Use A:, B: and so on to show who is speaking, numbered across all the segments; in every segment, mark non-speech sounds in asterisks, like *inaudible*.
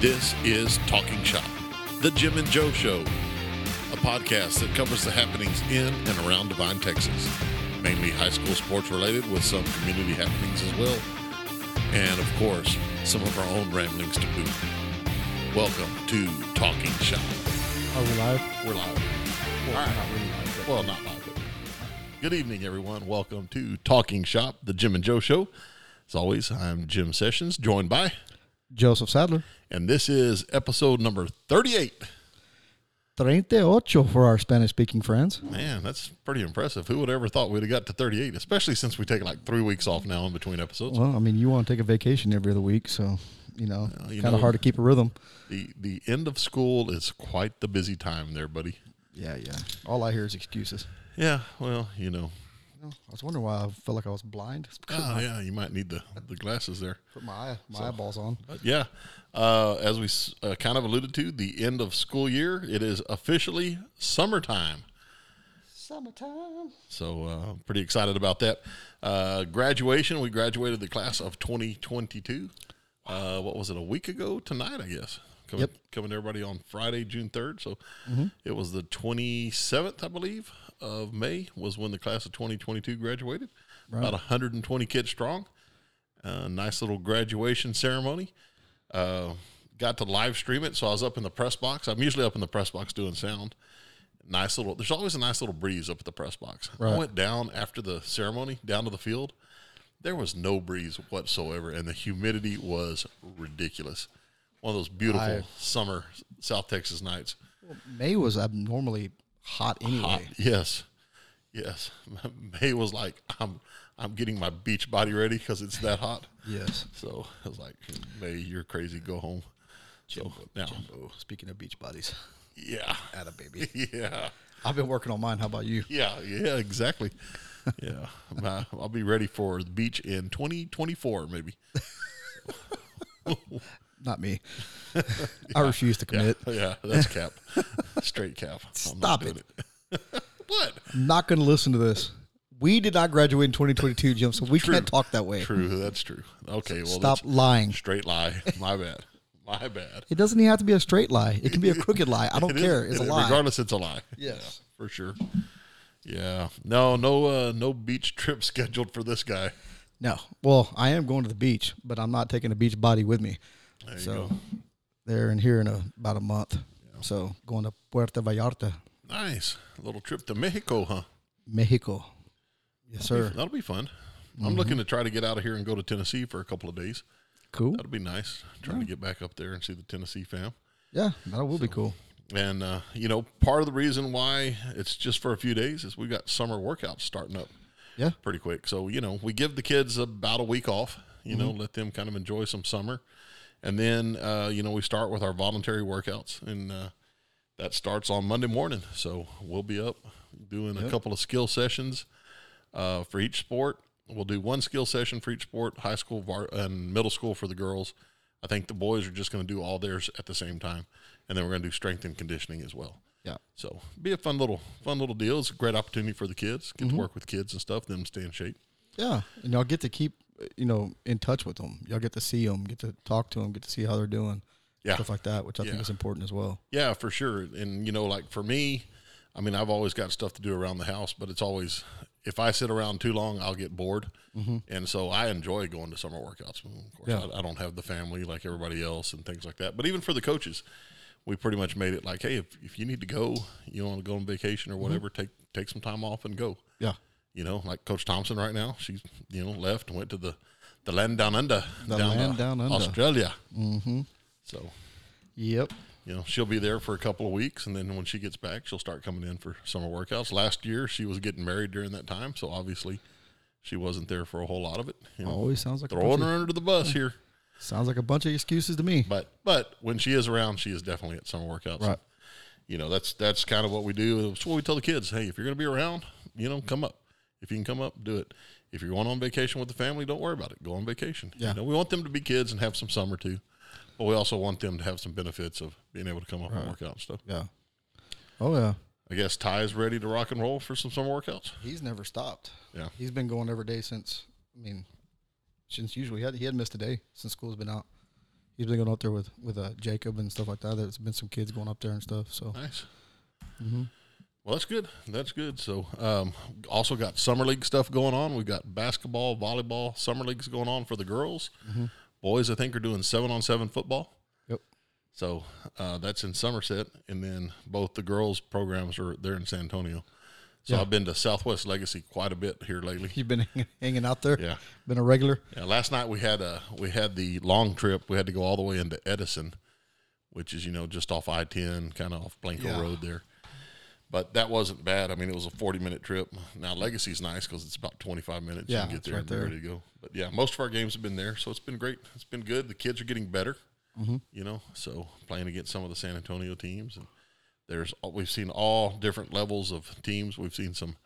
A: This is Talking Shop, the Jim and Joe Show, a podcast that covers the happenings in and around Divine, Texas, mainly high school sports related with some community happenings as well, and of course, some of our own ramblings to boot. Welcome to Talking Shop.
B: Are we live?
A: We're live. All right.
B: really live.
A: Well, not live. But... Good evening, everyone. Welcome to Talking Shop, the Jim and Joe Show. As always, I'm Jim Sessions, joined by,
B: Joseph Sadler.
A: and this is episode number 38.
B: 38 e for our Spanish speaking friends.
A: Man, that's pretty impressive. Who would have ever thought we'd have got to 38, especially since we take like three weeks off now in between episodes.
B: Well, I mean, you want to take a vacation every other week, so, you know,
A: you
B: kind
A: know-
B: of hard to keep a rhythm.
A: The the end of school is quite the busy time there, buddy.
B: Yeah, yeah. All I hear is excuses.
A: Yeah, well, you know.
B: You know, I was wondering why I felt like I was blind. *laughs* It's because
A: Oh, yeah, you might need the, the glasses there.
B: I put my, eye, my eyeballs on.
A: But yeah, uh, as we s- uh, kind of alluded to, the end of school year, it is officially summertime.
B: Summertime.
A: So uh, pretty excited about that. Uh, graduation, we graduated the class of 2022. Uh, what was it, a week ago tonight, I guess? Coming,
B: Yep.
A: coming to everybody on Friday, June 3rd. So it was the 27th, I believe, of May was when the class of 2022 graduated. About 120 kids strong. Uh, nice little graduation ceremony. Uh, got to live stream it. So I was up in the press box. I'm usually up in the press box doing sound nice little there's always a nice little breeze up at the press box. I
B: Right.
A: went down after the ceremony, down to the field. There was no breeze whatsoever and the humidity was ridiculous. One of those beautiful
B: I-
A: summer South Texas nights.
B: May was abnormally hot anyway.
A: Hot. Yes. Yes. *laughs* May was like I'm I'm getting my beach body ready cuz it's that hot.
B: Yes.
A: So *laughs* I was like, May, you're crazy. Go home. so now,
B: Jimbo, speaking of beach bodies,
A: yeah, *laughs*
B: atta baby.
A: yeah.
B: *laughs* I've been working on mine. How about *laughs* you?
A: Yeah, yeah, exactly. yeah, My- I'll be ready for the beach in 2024, maybe. *laughs*
B: Not me. *laughs* I refuse to commit.
A: Yeah, that's cap, *laughs* straight cap. I'm not
B: Stop
A: doing it. *laughs* what?
B: not going to listen to this. We did not graduate in 2022, Jim, so we can't talk that way.
A: True, that's true. Okay, well,
B: Stop
A: that's
B: lying.
A: straight lie. *laughs* My bad. My bad.
B: It doesn't even have to be a straight lie. It can be a crooked lie.
A: *laughs*
B: I don't
A: It is-
B: care. it's a
A: it-
B: lie.
A: Regardless, it's a lie.
B: Yes.
A: Yeah, for sure. Yeah. No, no, uh, no beach trip *laughs* scheduled for this guy.
B: No. Well, I am going to the beach, but I'm not taking a beach body with me.
A: There you
B: so
A: go.
B: they're in here in a, about a month. So going to Puerto Vallarta,
A: Nice little trip to Mexico, huh?
B: Mexico. Yes, sir.
A: That'll be fun. I'm looking to try to get out of here and go to Tennessee for a couple of days.
B: Cool.
A: That'll be nice. Trying to get back up there and see the Tennessee fam.
B: Yeah, that will be cool.
A: And uh, you know, part of the reason why it's just for a few days is we've got summer workouts starting up
B: Yeah.
A: pretty quick. So you know, we give the kids about a week off. You know, let them kind of enjoy some summer, and then uh, you know we start with our voluntary workouts, and uh, that starts on Monday morning. So we'll be up doing a couple of skill sessions uh, for each sport. We'll do one skill session for each sport, high school var- and middle school for the girls. I think the boys are just going to do all theirs at the same time, and then we're going to do strength and conditioning as well.
B: Yeah.
A: So be a fun little fun little deal. It's a great opportunity for the kids.
B: Mm-hmm.
A: Get to work with kids and stuff. Them stay in shape.
B: Yeah. And y'all get to keep, you know, in touch with them. Y'all get to see them, get to talk to them, get to see how they're doing.
A: Yeah.
B: Stuff like that, which I think
A: Yeah.
B: is important as well.
A: Yeah, for sure. And you know, like for me, I mean, I've always got stuff to do around the house, but it's always if I sit around too long, I'll get bored. And so I enjoy going to summer workouts. Of course,
B: Mm-hmm. Yeah.
A: I, I don't have the family like everybody else and things like that. But even for the coaches, we pretty much made it like, hey, if, if you need to go, you want to go on vacation or whatever, take take some time off and go.
B: Mm-hmm. Yeah.
A: you know, like Coach Thompson right now. She's you know left and went to the the land down under,
B: The
A: down,
B: land
A: to
B: down under.
A: Australia. Mm-hmm. So
B: Yep.
A: you know she'll be there for a couple of weeks, and then when she gets back, she'll start coming in for summer workouts. Last year she was getting married during that time, so obviously she wasn't there for a whole lot of it. You know,
B: Always sounds like a bunch
A: throwing
B: of,
A: her under the bus here,
B: sounds like a bunch of excuses to me.
A: but but when she is around, she is definitely at summer workouts.
B: Right.
A: You know that's that's kind of what we do. It's what we tell the kids. Hey, if you're going to be around, you know, come up. If you can come up, do it. If you're going on vacation with the family, don't worry about it. Go on vacation.
B: Yeah.
A: You know, we want them to be kids and have some summer too, but we also want them to have some benefits of being able to come up and work out and stuff.
B: Yeah. Oh yeah.
A: I guess Ty is ready to rock and roll for some summer workouts.
B: He's never stopped.
A: Yeah.
B: He's been going every day since. I mean, since usually he had, he had missed a day since school's been out. He's been going up there with with uh, Jacob and stuff like that. There's been some kids going up there and stuff. So
A: Nice.
B: hmm
A: Well, that's good. That's good. So, um, also got summer league stuff going on. We've got basketball, volleyball, summer leagues going on for the girls.
B: Mhm.
A: Boys, I think, are doing seven on seven football.
B: Yep.
A: So uh, that's in Somerset, and then both the girls' programs are there in San Antonio. So
B: Yeah.
A: I've been to Southwest Legacy quite a bit here lately.
B: you've been *laughs* hanging out there.
A: Yeah.
B: Been a regular.
A: Yeah, last night we had a we had the long trip. We had to go all the way into Edison, which is you know just off I ten, kind of off Blanco
B: Yeah.
A: Road there. But that wasn't bad. I mean, it was a forty minute trip. Now Legacy's nice because it's about twenty five minutes.
B: Yeah,
A: you can get
B: it's
A: there
B: right
A: and be
B: there.
A: ready to go. But yeah, most of our games have been there, so it's been great. It's been good. The kids are getting better.
B: Mm-hmm.
A: You know, so playing against some of the San Antonio teams, and there's we've seen all different levels of teams. We've seen some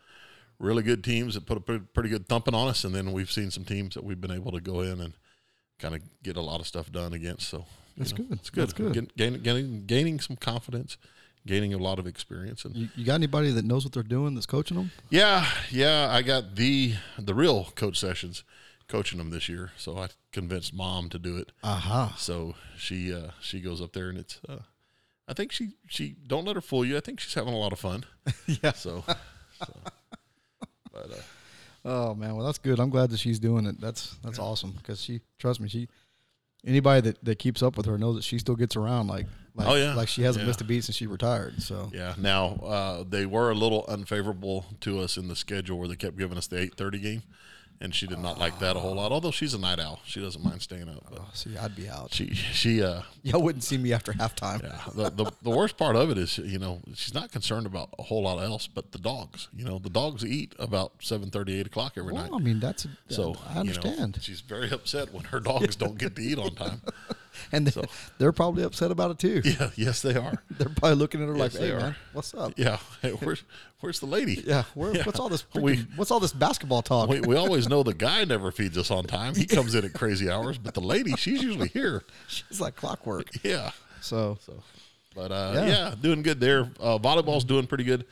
A: really good teams that put a pretty, pretty good thumping on us, and then we've seen some teams that we've been able to go in and kind of get a lot of stuff done against. So
B: That's good.
A: It's good.
B: That's good.
A: Gain- Gaining, gaining, gaining some confidence, gaining a lot of experience, and
B: You, you got anybody that knows what they're doing that's coaching them?
A: yeah, yeah. I got the the real coach sessions coaching them this year, so I convinced mom to do it.
B: Aha. Uh-huh.
A: So she uh, she goes up there, and it's. Uh, I think she she don't let her fool you. I think she's having a lot of fun.
B: Yeah.
A: So, so. but uh,
B: Oh man, well that's good. I'm glad that she's doing it. That's that's awesome because she trust me. She anybody that that keeps up with her knows that she still gets around. Like, like
A: Oh, yeah.
B: like she hasn't
A: Yeah.
B: missed a beat since she retired. So
A: Yeah. Now uh, they were a little unfavorable to us in the schedule where they kept giving us the eight thirty game, and she did not like that a whole lot. Although she's a night owl, she doesn't mind staying up. But
B: oh, see, I'd be out. *laughs*
A: she she uh,
B: Y'all wouldn't see me after halftime.
A: yeah. The, the the worst part of it is you know she's not concerned about a whole lot else, but the dogs. You know the dogs eat about seven thirty eight o'clock every
B: Well, I
A: night.
B: mean that's
A: So
B: so I
A: you know,
B: understand,
A: she's very upset when her dogs don't get to eat on
B: *laughs*
A: time. *laughs*
B: and they, *laughs* they're probably upset about it too.
A: Yeah, yes they are.
B: *laughs* They're probably looking at her like,
A: Yes, they
B: "Hey man,
A: are.
B: what's up?
A: Yeah, *laughs* hey, where's where's the lady?
B: Um, Yeah, *laughs* where, what's all this?
A: We-
B: freaking- what's all this basketball talk?
A: we, we always know the guy never feeds us on time. He comes in at crazy hours, but the lady, she's usually here.
B: *laughs*
A: *laughs*
B: She's like clockwork."
A: Yeah.
B: So
A: So, but uh, yeah.
B: Yeah.
A: doing good there. Uh, volleyball's doing pretty good.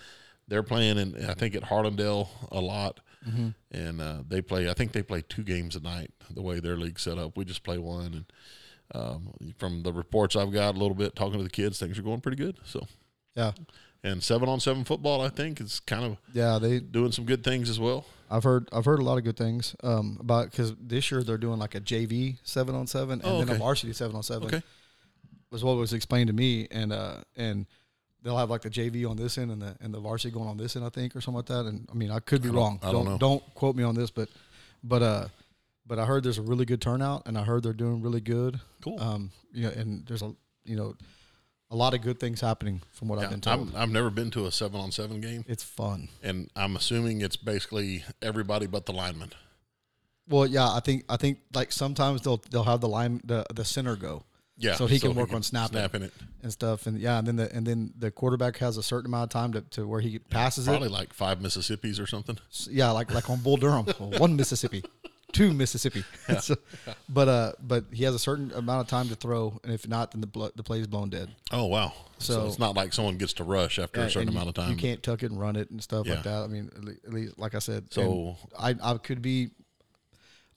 A: They're playing, in, I think, at Harlandale a lot.
B: Mm-hmm.
A: And uh, they play, I think they play two games a night the way their league's set up. We just play one. And um, from the reports I've got a little bit talking to the kids, things are going pretty good. So,
B: yeah,
A: and seven on seven football, I think, is kind of
B: yeah, they
A: doing some good things as well.
B: I've heard I've heard a lot of good things um, about because this year they're doing like a JV seven on seven and
A: Oh,
B: then a
A: okay.
B: varsity seven on seven.
A: Okay.
B: was what was explained to me, and uh, and they'll have like the JV on this end and the and the varsity going on this end, I think, or something like that. And I mean, I could be wrong.
A: I don't know.
B: Don't quote me on this, but but uh, but I heard there's a really good turnout, and I heard they're doing really good.
A: Cool.
B: Um, you know, and there's a you know, a lot of good things happening from what I've been
A: I'm,
B: told.
A: I've never been to a seven on seven game.
B: it's fun.
A: and I'm assuming it's basically everybody but the lineman.
B: Well, yeah, I think I think like sometimes they'll they'll have the line the the center go.
A: Yeah,
B: So he can work on snapping.
A: snapping it.
B: and stuff. And yeah, and then the and then the quarterback has a certain amount of time to, to where he passes it.
A: Probably like five Mississippi's or something.
B: S- Yeah, like like on Bull Durham, one Mississippi, two Mississippi. *laughs* So- but uh, but he has a certain amount of time to throw, and if not, then the blo- the play is blown dead.
A: Oh wow! So,
B: So-
A: it's not like someone gets to rush after a
B: And-
A: certain
B: and
A: amount of
B: you-
A: time.
B: You can't tuck it and run it and stuff
A: Yeah.
B: like that. I mean, at le- at least like I said,
A: So-
B: and I I could be.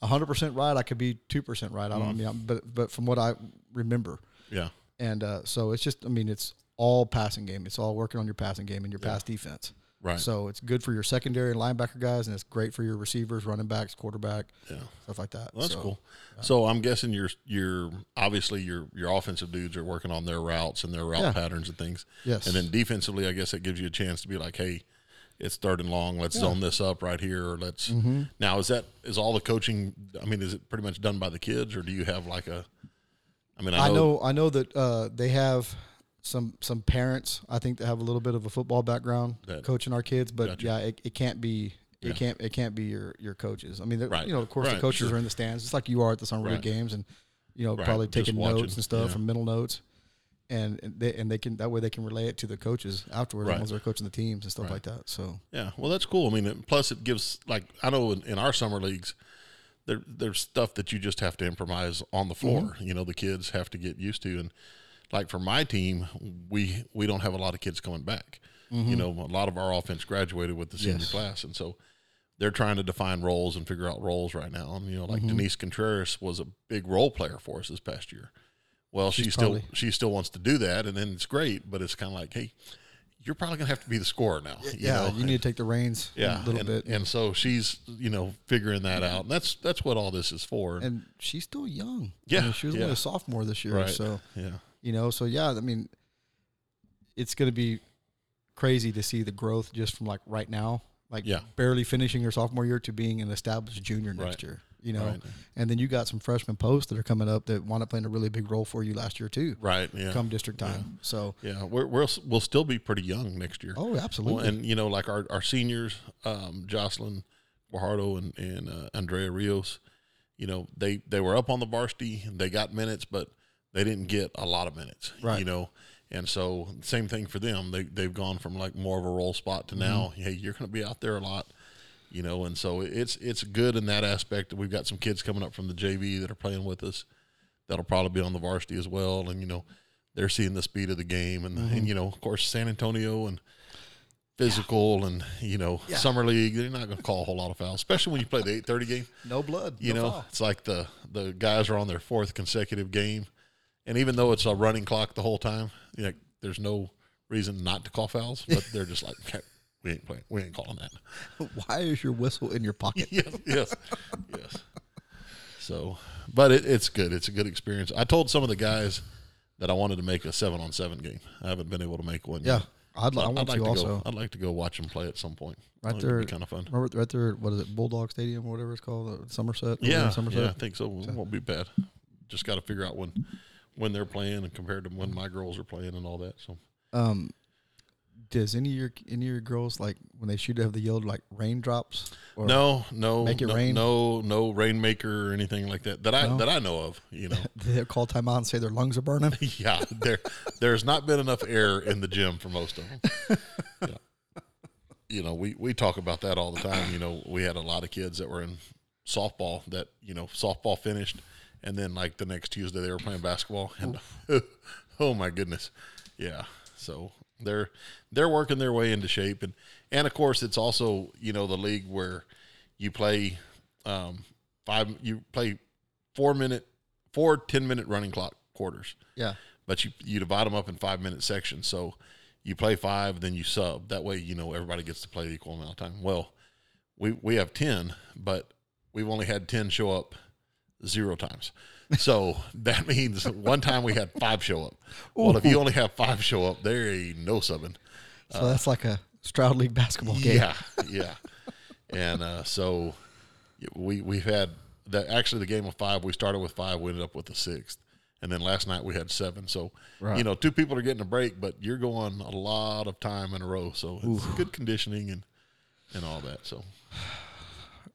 B: 100% right. I could be 2% right. I don't I
A: Mm.
B: mean, I'm- but but from what I remember,
A: yeah,
B: And uh, so it's just, I mean, it's all passing game. It's all working on your passing game and your pass defense.
A: Right.
B: So it's good for your secondary and linebacker guys, and it's great for your receivers, running backs, quarterback, yeah. stuff like that.
A: Well, that's
B: So,
A: cool. So I'm guessing your your obviously your your offensive dudes are working on their routes and their route
B: Yeah.
A: patterns and things.
B: Yes.
A: And then defensively, I guess that gives you a chance to be like, hey, it's third and long. Let's zone this up right here. Or let's
B: Mm-hmm.
A: now is that is all the coaching? I mean, is it pretty much done by the kids, or do you have like a? I mean,
B: I know, I know that uh, they have some some parents. I think that have a little bit of a football background
A: That-
B: coaching our kids, but
A: Gotcha.
B: yeah, it, it can't be. It
A: Yeah.
B: can't. It can't be your your coaches. I mean, they're-
A: Right.
B: you know, of course,
A: Right,
B: the coaches
A: sure.
B: are in the stands, just like you are at the summer
A: Right.
B: league games, and you know,
A: Right,
B: probably
A: just
B: taking
A: watching,
B: notes and stuff
A: yeah.
B: and mental notes, and and they and they can that way they can relay it to the coaches afterwards
A: Right.
B: once they're coaching the teams and stuff like that. So
A: Yeah, well, that's cool. I mean, it- plus it gives like I know in, in our summer leagues, there there's stuff that you just have to improvise on the floor.
B: Mm-hmm.
A: You know, the kids have to get used to, and like for my team, we we don't have a lot of kids coming back. You know, a lot of our offense graduated with the senior
B: Mm-hmm. Yes.
A: class, and so they're trying to define roles
B: Mm-hmm.
A: and figure out roles right now. And you know, like Denise Contreras was a big role player for us this past year. Well, she
B: She's
A: still
B: probably-
A: she still wants to do that, and then it's great, but it's kind of like, hey, you're probably gonna have to be the scorer now. you
B: yeah,
A: know?
B: you need to take the reins
A: yeah,
B: a little
A: and,
B: bit.
A: And so she's you know figuring that out, and that's that's what all this is for.
B: and she's still young. I
A: Yeah,
B: mean, she was only
A: yeah.
B: a sophomore this year,
A: right?
B: so
A: yeah,
B: you know, so yeah, I mean, it's going to be crazy to see the growth just from like right now, like
A: Yeah.
B: barely finishing her sophomore year to being an established junior next
A: Right.
B: year. You know,
A: Right.
B: and then you got some freshman posts that are coming up that wound up playing a really big role for you last year too,
A: right, yeah,
B: come district time. So,
A: yeah. We're, we're s- we'll still be pretty young next year.
B: oh, absolutely,
A: Well, and you know, like our, our seniors, um, Jocelyn Guajardo and and uh, Andrea Rios, you know, they they were up on the varsity, and they got minutes, but they didn't get a lot of minutes,
B: Right.
A: You know, and so same thing for them. They they've gone from like more of a role spot to now, hey, you're going to be out there a lot. You know, and so it's it's good in that aspect. We've got some kids coming up from the JV that are playing with us that'll probably be on the varsity as well. And you know, they're seeing the speed of the game, and and you know, of course, San Antonio and physical, and you know, summer league. They're not going to call a whole lot of fouls, especially when you play the eight thirty game.
B: no blood,
A: You
B: no
A: know, *laughs*
B: foul. *laughs*
A: it's like the the guys are on their fourth consecutive game, and even though it's a running clock the whole time, you know, there's no reason not to call fouls, but they're just like. "Okay, We ain't playing. We ain't calling that. *laughs*
B: why is your whistle in your pocket?
A: yes, yes, yes. So, but it, it's good. It's a good experience. I told some of the guys that I wanted to make a seven on seven game. I haven't been able to make one.
B: yeah,
A: yet.
B: I'd, li- I
A: I'd
B: want
A: like
B: to
A: to
B: also.
A: go. I'd like to go watch them play at some point. I
B: Right
A: think it'd
B: there,
A: be kind of fun.
B: Remember, right there, what is it, Bulldog Stadium or whatever it's called, uh, Somerset? over there in
A: Yeah,
B: Somerset.
A: yeah, I think so. It won't be bad. Just got to figure out when when they're playing and compared to when my girls are playing and all that. So
B: Um, does any of your any of your girls like when they shoot have the yelled like raindrops? Or,
A: no, no,
B: Make it
A: no,
B: rain?
A: no, no rainmaker or anything like that that I
B: No?
A: that I know of. You know,
B: they call timeout and say their lungs are burning.
A: *laughs* yeah, there there's not been enough air in the gym for most of them. Yeah. You know, we we talk about that all the time. You know, we had a lot of kids that were in softball that you know softball finished, and then like the next Tuesday they were playing basketball, and *laughs* oh my goodness, yeah. So they're they're working their way into shape, and and of course it's also you know the league where you play um, five you play four minute four ten minute running clock quarters
B: *laughs* yeah,
A: but you you divide them up in five minute sections. So you play five, then you sub. That way, you know everybody gets to play the equal amount of time. Well, we we have ten, but we've only had ten show up zero times. So *laughs* that means one time we had five show up. Well, if you only have five show up, there ain't no subbing.
B: so that's like a Stroud League basketball game.
A: Yeah, yeah. and uh, so we we've had the actually the game of five. We started with five. We ended up with the sixth, and then last night we had seven. So
B: Right.
A: you know, two people are getting a break, but you're going a lot of time in a row. So it's good conditioning and and all that. So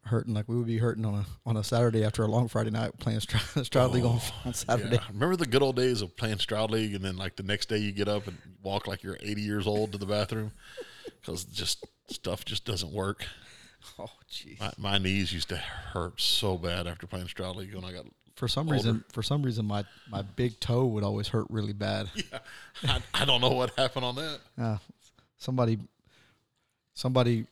B: hurting like we would be hurting on a on a Saturday after a long Friday night playing Stroud, *laughs* Stroud League on, on Saturday.
A: yeah, remember the good old days of playing Stroud League, and then like the next day you get up and walk like you're 80 years old to the bathroom because just stuff just doesn't work.
B: Oh, jeez.
A: My, my knees used to hurt so bad after playing Stroud League when I got
B: For some reason, for some reason, my my big toe would always hurt really *laughs* bad.
A: *laughs* I, I don't know what happened on that.
B: Uh, somebody, somebody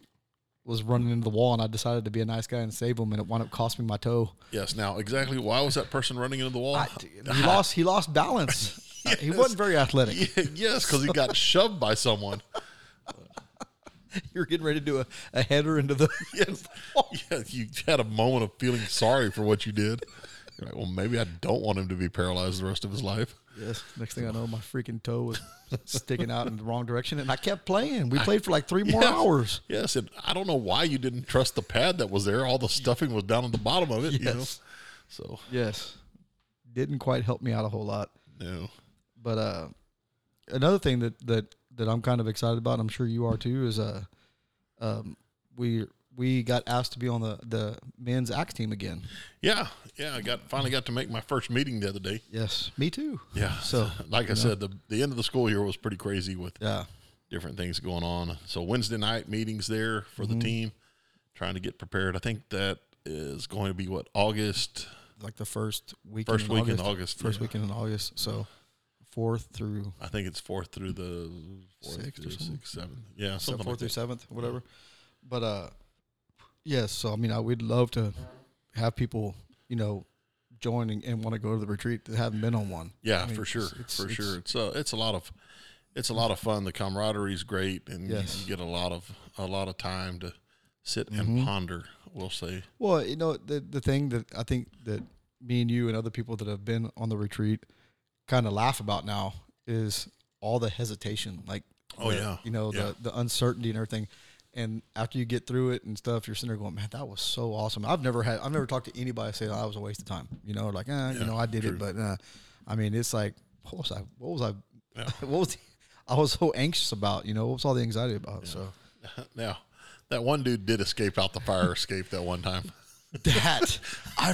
B: was running into the wall, and I decided to be a nice guy and save him, and it wound up costing me my toe.
A: Yes. Now, exactly why was that person running into the wall? *laughs*
B: he lost he lost *laughs* balance. Uh, He wasn't very athletic.
A: Yeah, yes, because he got shoved by someone.
B: *laughs* You're getting ready to do a, a header into the. *laughs*
A: Yes. Yeah, you had a moment of feeling sorry for what you did. You're like, well, maybe I don't want him to be paralyzed the rest of his life.
B: Yes. Next thing I know, my freaking toe *laughs* was sticking out in the wrong direction, and I kept playing. We played for like three more
A: Yes.
B: hours.
A: Yes, and I don't know why you didn't trust the pad that was there. All the stuffing was down at the bottom of it. You know?
B: Yes.
A: So
B: Yes. Didn't quite help me out a whole lot.
A: no.
B: But uh, another thing that that that I'm kind of excited about, and I'm sure you are too, is uh, um, we we got asked to be on the the men's axe team again.
A: Yeah, yeah. I got finally got to make my first meeting the other day.
B: Yes, me too.
A: Yeah.
B: So,
A: like I said, the the end of the school year was pretty crazy with
B: Yeah.
A: different things going on. So Wednesday night meetings there for
B: Mm-hmm.
A: the team, trying to get prepared. I think that is going to be what August
B: like the first week
A: first
B: in
A: week
B: August,
A: in August.
B: first
A: yeah.
B: weekend in August. So fourth through
A: I think it's fourth through the fourth
B: Sixth or
A: through
B: something.
A: sixth, seventh. Yeah,
B: so
A: something
B: fourth
A: like
B: through
A: that.
B: seventh, whatever. But uh, yes. So I mean, I would love to have people, you know, join and, and want to go to the retreat that haven't been on one.
A: Yeah,
B: I mean,
A: for sure,
B: it's- it's-
A: for
B: it's-
A: sure. It's a it's a lot of it's a lot of fun. The camaraderie is great, and you-
B: Yes.
A: you get a lot of a lot of time to sit
B: Mhm.
A: and ponder. We'll say, *laughs*
B: Well, you know, the the thing that I think that me and you and other people that have been on the retreat kind of laugh about now is all the hesitation, like
A: Oh,
B: the-
A: yeah.
B: you know,
A: Yeah.
B: the the uncertainty and everything. And after you get through it and stuff, you're sitting there going, "Man, that was so awesome." I've never had, I've never talked to anybody say that was a waste of time. You know, like, eh, you
A: Yeah,
B: know, I did
A: true.
B: it, but uh, I mean, it's like, what was I? What was I?
A: Yeah.
B: *laughs* what was? I was so anxious about. You know, what was all the anxiety about? So
A: now that one dude did escape out the fire escape that one time.
B: that I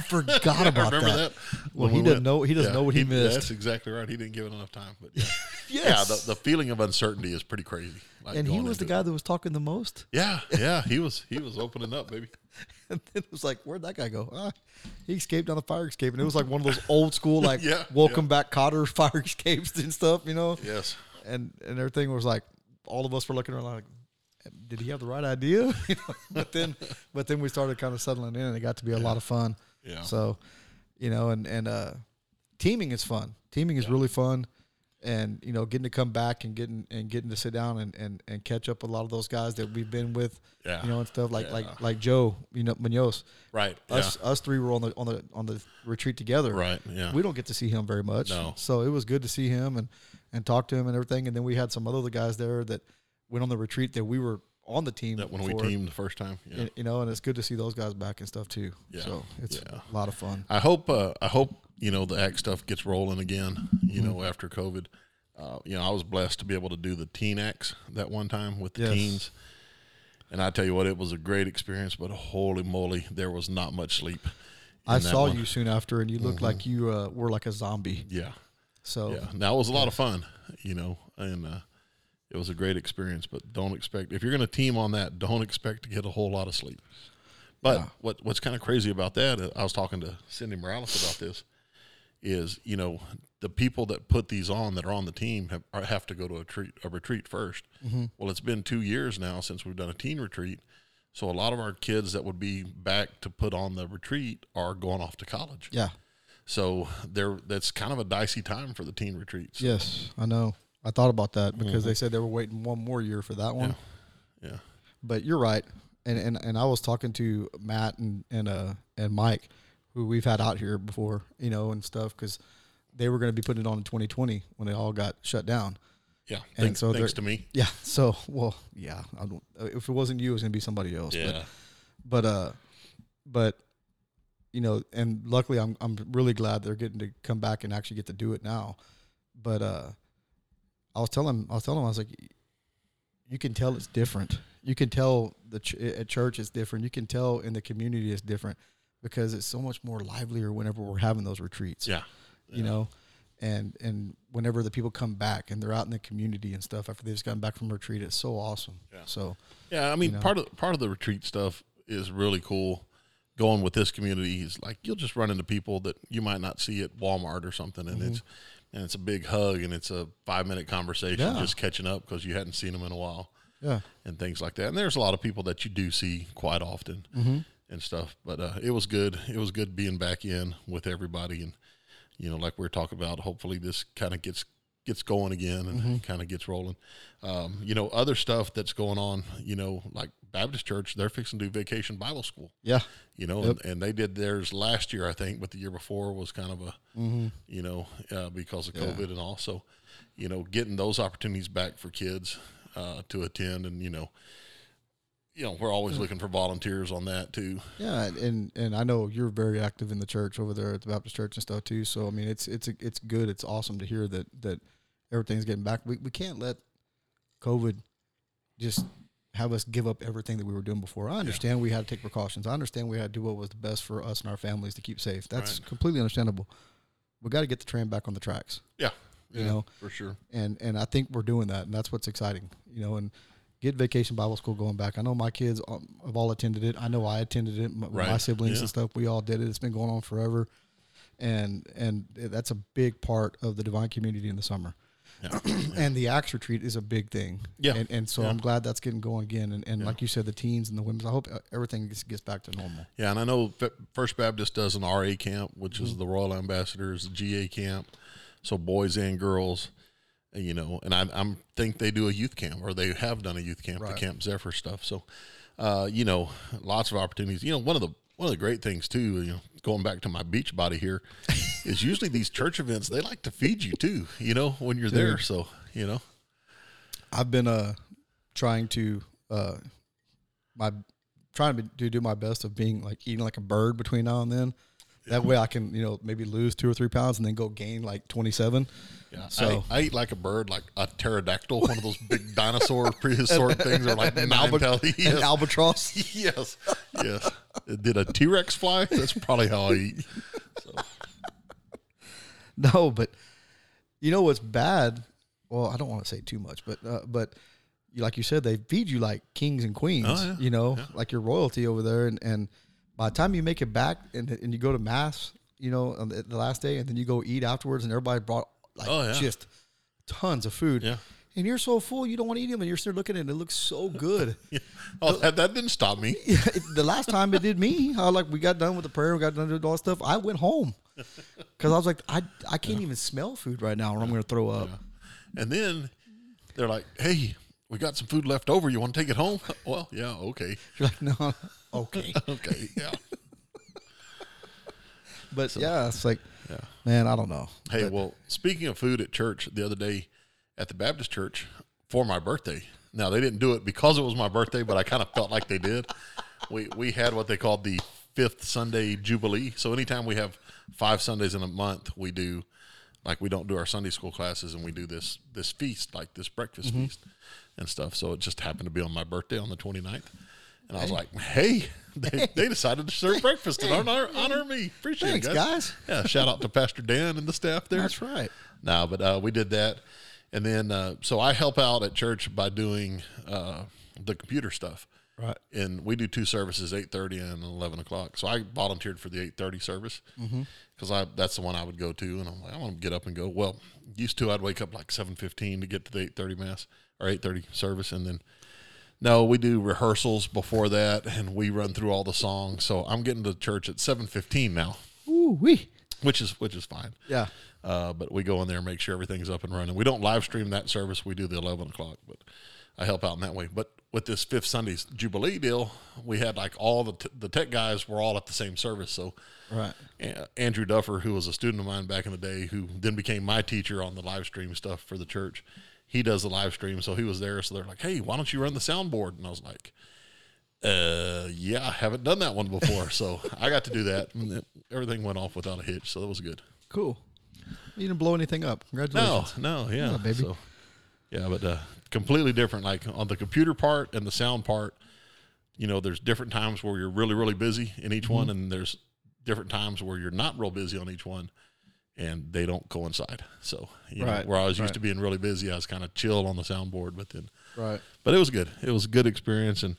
A: *laughs*
B: forgot about
A: Remember
B: that.
A: that?
B: Well,
A: When
B: he
A: we
B: doesn't
A: went-
B: know. He doesn't
A: yeah,
B: know what he,
A: That's
B: missed.
A: exactly right. He didn't give it enough time, but yeah, *laughs* yeah.
B: *laughs* Yes.
A: The, the feeling of uncertainty is pretty crazy. like,
B: and he
A: going
B: was the
A: into it.
B: guy that was talking the most. *laughs*
A: Yeah, yeah. He was he was opening up, baby.
B: And then it was like, where'd that guy go? Ah, he escaped down the fire escape, and it was like one of those old school,
A: *laughs*
B: like
A: Yeah,
B: welcome
A: yeah.
B: back Cotter fire *laughs* escapes and stuff, you know.
A: Yes.
B: And and everything was like, all of us were looking around like, did he have the right idea? *laughs* You know, but then, but then we started kind of settling in, and it got to be a lot of fun.
A: Yeah.
B: So, you know, and and uh, teaming is fun. Teaming is really fun, and you know, getting to come back and getting and getting to sit down and and, and catch up with a lot of those guys that we've been with,
A: Yeah.
B: you know, and stuff like
A: Yeah.
B: like like Joe, you know, Munoz.
A: right.
B: Us us three were on the on the on the retreat together.
A: yeah. Right. Yeah.
B: We don't get to see him very much.
A: No.
B: So it was good to see him and and talk to him and everything. And then we had some other guys there that went on the retreat that we were on the team
A: that when we
B: for,
A: teamed the first time. Yeah.
B: and- you know, and it's good to see those guys back and stuff too.
A: Yeah.
B: So it's
A: Yeah.
B: a lot of fun.
A: I hope uh, I hope you know the act stuff gets rolling again. You know
B: Mm-hmm.
A: after COVID, uh, you know I was blessed to be able to do the teen acts that one time with the
B: Yes.
A: teens, and I tell you what, it was a great experience. But holy moly, there was not much sleep.
B: I
A: in that
B: saw
A: one.
B: you soon after, and you looked like you uh, were like a zombie.
A: Yeah,
B: So
A: yeah. Now it was a lot of fun. You know, and uh, it was a great experience. But don't expect if you're going to team on that, don't expect to get a whole lot of sleep. But what what's kind of crazy about that, uh, I was talking to Cindy Morales about this, is you know the people that put these on that are on the team have are- have to go to a treat a retreat 1st Well, it's been two years now since we've done a teen retreat, so a lot of our kids that would be back to put on the retreat are going off to college.
B: yeah,
A: So there, that's kind of a dicey time for the teen retreats.
B: yes, I know. I thought about that because they said they were waiting one more year for that one.
A: Mm-hmm. Yeah.
B: But you're right, and and and I was talking to Matt and and uh and Mike, who we've had out here before, you know, and stuff because they were going to be putting it on in 2020 when it all got shut down.
A: Yeah.
B: And
A: Thanks,
B: so
A: thanks
B: they're-
A: to me.
B: Yeah. *laughs* So well, yeah. I don't, if it wasn't you, it was going to be somebody else. But
A: Yeah.
B: but uh but you know and luckily i'm i'm really glad they're getting to come back and actually get to do it now but uh i was telling i was telling him i was like you can tell it's different you can tell the ch- at church it's different you can tell in the community it's different because it's so much more livelier whenever we're having those retreats
A: Yeah.
B: you know and and whenever the people come back and they're out in the community and stuff after they've just gotten back from retreat it's so awesome
A: Yeah.
B: so
A: Yeah, I mean,
B: know?
A: part of part of the retreat stuff is really cool. Going with this community is like you'll just run into people that you might not see at Walmart or something, and it's and it's a big hug and it's a five minute conversation,
B: Mm-hmm. Yeah.
A: just catching up because you hadn't seen them in a while
B: yeah
A: and things like that. And there's a lot of people that you do see quite often and stuff. But uh, it was good. It was good being back in with everybody, and you know, like we are talking about, hopefully this kind of gets gets going again and kind of gets rolling. Um, you know, other stuff that's going on. You know, like Baptist Church, they're fixing to do Vacation Bible School.
B: yeah
A: You know, and, and they did theirs last year, I think, but the year before was kind of a, you know, uh, because of COVID and also, you know, getting those opportunities back for kids uh, to attend, and you know, you know, we're always looking for volunteers on that too.
B: Yeah, and- and and I know you're very active in the church over there at the Baptist Church and stuff too. So I mean, it's it's it's good. It's awesome to hear that that everything's getting back. We we can't let COVID just have us give up everything that we were doing before. I understand we had to take precautions. I understand we had to do what was the best for us and our families to keep safe. That's completely understandable. We got to get the train back on the tracks
A: Yeah,
B: You
A: Yeah,
B: know.
A: for sure.
B: and and I think we're doing that, and that's what's exciting, you know. And get Vacation Bible School going back. I know my kids um, have all attended it. I know I attended it. My, my
A: Right.
B: siblings
A: Yeah.
B: and stuff, we all did it. It's been going on forever, and and that's a big part of the divine community in the summer.
A: Yeah.
B: *clears throat* and the axe retreat is a big thing.
A: Yeah.
B: And, and so
A: Yeah.
B: I'm glad that's getting going again. And, and
A: Yeah.
B: like you said, the teens and the women's, I hope uh, everything gets, gets back to normal.
A: Yeah, and I know F- First Baptist does an RA camp, which is the Royal Ambassadors GA camp, so boys and girls, and, you know. And I I'm, think they do a youth camp, or they have done a youth camp,
B: Right.
A: the Camp Zephyr stuff. So, uh, you know, lots of opportunities. You know, one of the one of the great things too, you know, going back to my beach body *laughs* here, is usually these church events they like to feed you too. You know, when you're there, so you know,
B: I've been uh trying to uh my trying to, be, to do my best of being like eating like a bird between now and then. That way I can you know maybe lose two or three pounds and then go gain like twenty seven.
A: Yeah,
B: So-
A: I, I eat like a bird, like a pterodactyl, one of those *laughs* big dinosaur prehistoric things, or *laughs* like nine belly.
B: An albatross.
A: yes, yes. Did a T Rex fly? That's probably how I eat.
B: *laughs* No, but you know what's bad? Well, I don't want to say too much, but uh, but you, like you said, they feed you like kings and queens.
A: Oh, yeah.
B: You know, like your royalty over there, and and by the time you make it back and and you go to mass, you know, on the, the last day, and then you go eat afterwards, and everybody brought like
A: Oh, yeah.
B: just tons of food.
A: Yeah.
B: And you're so full, you don't want to eat them, and you're still looking at it. It looks so good.
A: Oh, that, that didn't stop me.
B: Yeah, it- *laughs* the last time it did me, I like we got done with the prayer, we got done with all that stuff. I went *laughs* home because I was like, I I can't even smell food right now, or I'm gonna throw up.
A: And then they're like, "Hey, we got some food left over. You want to take it home?" *laughs* Well, yeah, okay,
B: You're like, no, *laughs* okay,
A: okay, yeah.
B: but yeah, it's like,
A: Yeah.
B: man, I don't know.
A: Hey, well, speaking of food at church, the other day at the Baptist church for my birthday. Now they didn't do it because it was my birthday, but I kind of felt like they did. We we had what they called the fifth Sunday jubilee. So anytime we have five Sundays in a month, we do like we don't do our Sunday school classes and we do this this feast, like this breakfast
B: Mm-hmm.
A: feast and stuff. So it just happened to be on my birthday on the 29th. And I was like, hey, *laughs* they, they decided to serve breakfast and honor, honor me. Appreciate
B: Thanks,
A: it,
B: guys.
A: yeah, shout out to Pastor Dan and the staff there.
B: That's right.
A: No, but uh, we did that, and then uh, so I help out at church by doing uh, the computer stuff.
B: Right.
A: And we do two services, eight thirty and eleven o'clock. So I volunteered for the eight thirty service
B: Mm-hmm.
A: because I that's the one I would go to, and I'm like, I want to get up and go. Well, used to I'd wake up like seven fifteen to get to the eight thirty mass or eight thirty service, and then no, we do rehearsals before that, and we run through all the songs. So I'm getting to church at seven fifteen now
B: Ooh wee.
A: which is which is fine.
B: Yeah.
A: Uh, but we go in there and make sure everything's up and running. We don't live stream that service. We do the eleven o'clock, but I help out in that way. But with this fifth Sunday's Jubilee deal, we had like all the t- the tech guys were all at the same service. So
B: Right.
A: a- Andrew Duffer, who was a student of mine back in the day, who then became my teacher on the live stream stuff for the church. He does the live stream, so he was there. So they're like, "Hey, why don't you run the soundboard?" And I was like, "Uh, yeah, I haven't done that one before." *laughs* so I got to do that, and it- everything went off without a hitch. So that was good.
B: Cool. You didn't blow anything up.
A: No,
B: Congratulations.
A: no, yeah,
B: Yeah, baby.
A: So, yeah, but uh, completely different. Like on the computer part and the sound part, you know, there's different times where you're really, really busy in each one,
B: Mm-hmm.
A: and there's different times where you're not real busy on each one, and they don't coincide. So, you
B: Right,
A: know, where I was used
B: right.
A: to being really busy, I was kind of chill on the soundboard, but then,
B: Right.
A: but it was good. It was a good experience, and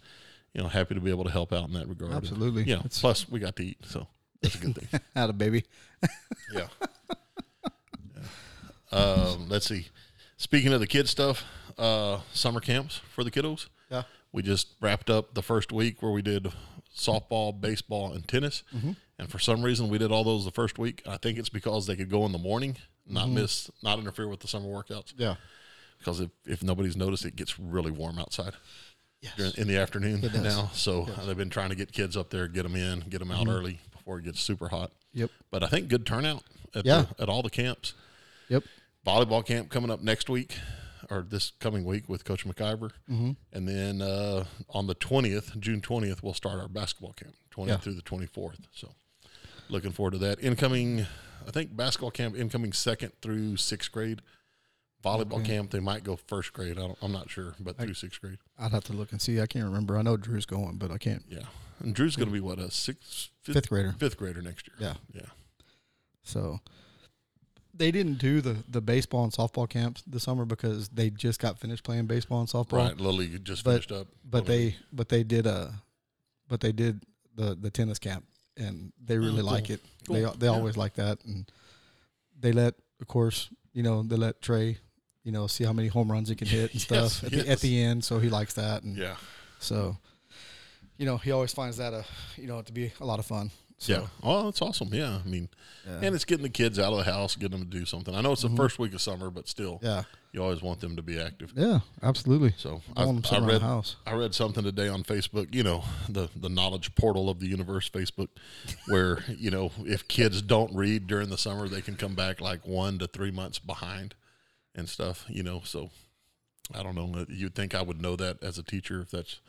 A: you know, happy to be able to help out in that regard.
B: Absolutely.
A: Yeah.
B: It's-
A: plus, we got to eat, so that's a
B: *laughs*
A: good thing.
B: *laughs* Had a baby.
A: Yeah. yeah. Um, let's see. Speaking of the kid stuff, uh, summer camps for the kiddos.
B: Yeah.
A: We just wrapped up the first week where we did softball, baseball, and tennis.
B: Mm-hmm.
A: And for some reason, we did all those the first week. I think it's because they could go in the morning, not miss, not interfere with the summer workouts.
B: Mm-hmm. Yeah.
A: Because if, if nobody's noticed, it gets really warm outside during,
B: Yes.
A: in the afternoon
B: does.
A: now. So they've been trying to get kids up there, get them in, get them out early before it gets super hot.
B: Mm-hmm. Yep.
A: But I think good turnout at,
B: Yeah.
A: the, at all the camps.
B: Yep.
A: Volleyball camp coming up next week or this coming week with Coach McIver.
B: Mm-hmm.
A: And then uh, on the 20th, June 20th, we'll start our basketball camp, 20th
B: Yeah.
A: through the 24th. So looking forward to that. Incoming, I think basketball camp, incoming second through sixth grade. Volleyball camp, they might go first grade. I don't, I'm not sure, but through sixth grade.
B: I'd have to look and see. I can't remember. I know Drew's going, but I can't.
A: Yeah. And Drew's going to be what, a sixth, fifth,
B: Fifth grader.
A: fifth grader next year.
B: Yeah.
A: Yeah.
B: So they didn't do the the baseball and softball camps this summer because they just got finished playing baseball and softball.
A: Right. Little League just
B: But-
A: finished up.
B: But
A: Little League.
B: they but they did uh but they did the the tennis camp and they really
A: cool.
B: like it. They
A: Oh, Cool.
B: they
A: Yeah.
B: always like that and they let of course, you know, they let Trey you know, see how many home runs he can hit
A: *laughs*
B: and
A: Yes,
B: stuff at, the, at
A: yes.
B: the end. So he likes that, and
A: Yeah.
B: so you know, he always finds that a you know to be a lot of fun. So,
A: Yeah. Oh, that's awesome. Yeah. I mean,
B: Yeah. Mm-hmm.
A: and it's getting the kids out of the house, getting them to do something. I know it's the first week of summer, but still,
B: yeah,
A: you always want them to be active.
B: yeah, absolutely.
A: So
B: I
A: I,
B: want him
A: I
B: sitting around
A: read
B: the house.
A: I read something today on Facebook, you know, the the knowledge portal of the universe, Facebook, where *laughs* you know if kids don't read during the summer, they can come back like one to three months behind and stuff, you know. So I don't know. You'd think I would know that as a teacher if that's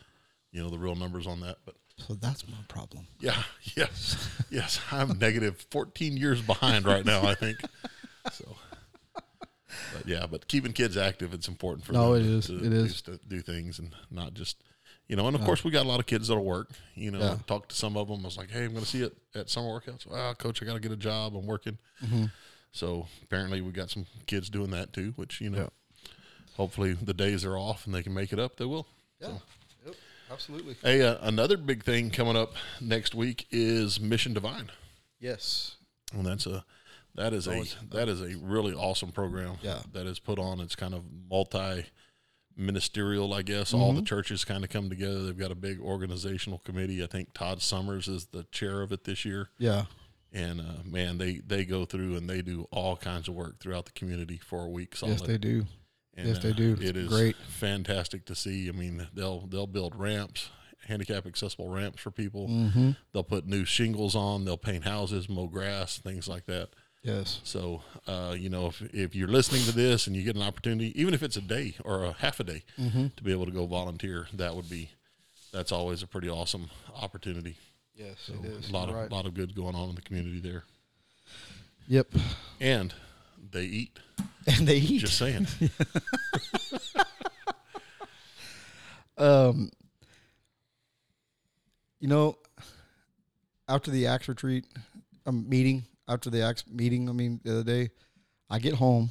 A: you know the real numbers on that, but
B: So that's my problem.
A: yeah, *laughs* yes, yes, I'm negative 14 years behind right now. I think so. But yeah, but keeping kids active, it's important for
B: No,
A: them
B: it
A: to-
B: is.
A: to
B: It
A: do,
B: is.
A: to do things and not just you know. And of course, we got a lot of kids that'll work. You know,
B: Yeah.
A: talk to some of them. I was like, hey, I'm going to see you at, at summer workouts. Ah, coach, I got to get a job. I'm working.
B: Mm-hmm.
A: So apparently, we got some kids doing that too. Which you know, hopefully, the days are off and they can make it up. They will.
B: Yeah, yep, absolutely.
A: Hey, uh, another big thing coming up next week is Mission Divine.
B: Yes,
A: And that's a that is a that is a really awesome program.
B: Yeah.
A: That is put on. It's kind of multi ministerial, I guess. All
B: Mm-hmm.
A: the churches kind of come together. They've got a big organizational committee. I think Todd Summers is the chair of it this year.
B: yeah,
A: And uh, man, they they go through and they do all kinds of work throughout the community for a week solid.
B: yes, they do.
A: And, uh,
B: Yes, they do. It's
A: It is
B: great.
A: fantastic to see. I mean, they'll they'll build ramps, handicap accessible ramps for people.
B: Mm-hmm.
A: They'll put new shingles on. They'll paint houses, mow grass, things like that.
B: Yes,
A: So, uh, you know, if, if you're listening to this and you get an opportunity, even if it's a day or a half a day,
B: Mm-hmm.
A: to be able to go volunteer, that would be that's always a pretty awesome opportunity.
B: yes,
A: So a lot of lot of good going on in the community there,
B: Yep, *laughs*
A: and they eat.
B: and they eat.
A: Just
B: *laughs*
A: saying.
B: Um, you know, after the axe retreat um, meeting, after the axe meeting, I mean, the other day, I get home,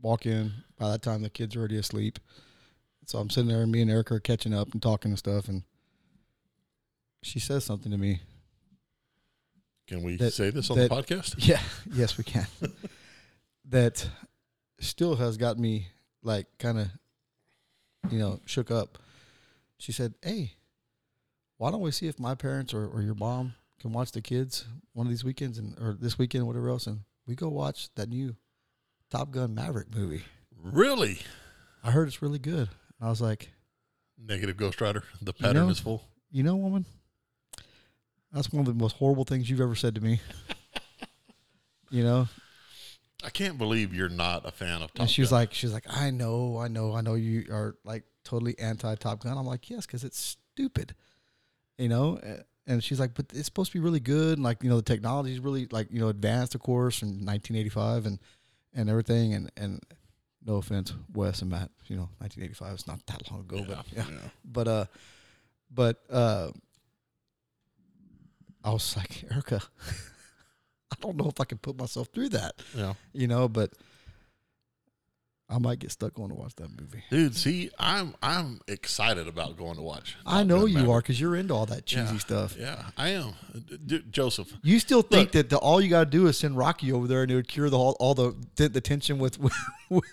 B: walk in. By that time, the kids are already asleep. So I'm sitting there, and me and Erica are catching up and talking and stuff. And she says something to me.
A: Can we
B: That-
A: say this on
B: that-
A: the podcast?
B: *laughs* Yeah, yes, we can. that still has got me like kind of, you know, shook up. She said, "Hey, why don't we see if my parents or, or your mom can watch the kids one of these weekends and or this weekend, whatever else, and we go watch that new Top Gun Maverick movie.
A: Really?
B: I heard it's really good." And I was like,
A: Negative Ghost Rider. The pattern
B: know-
A: is full.
B: "You know, woman, that's one of the most horrible things you've ever said to
A: *laughs*
B: me." you know,
A: I can't believe you're not a fan of Top
B: and she was
A: Gun.
B: like, she was like, I know, I know, I know you are like totally anti Top Gun. I'm like, yes, because it's stupid, you know. Uh, And she's like, but it's supposed to be really good, and like you know, the technology is really like you know advanced, of course, from 1985 and and everything. And and no offense, Wes and Matt, you know, 1985 is not that long ago, but yeah, but uh, but uh, I was like, Erica, *laughs* I don't know if I can put myself through that
A: yeah.
B: you know, but I might get stuck going to watch that movie.
A: Dude, see, I'm I'm excited about going to watch.
B: I
A: Top
B: know
A: Gun
B: you
A: Maverick.
B: are because you're into all that cheesy
A: Yeah.
B: stuff.
A: Yeah, I am. D- D- Joseph,
B: You still think that the, all you got to do is send Rocky over there and it would cure the whole, all the the, the tension with *laughs* with,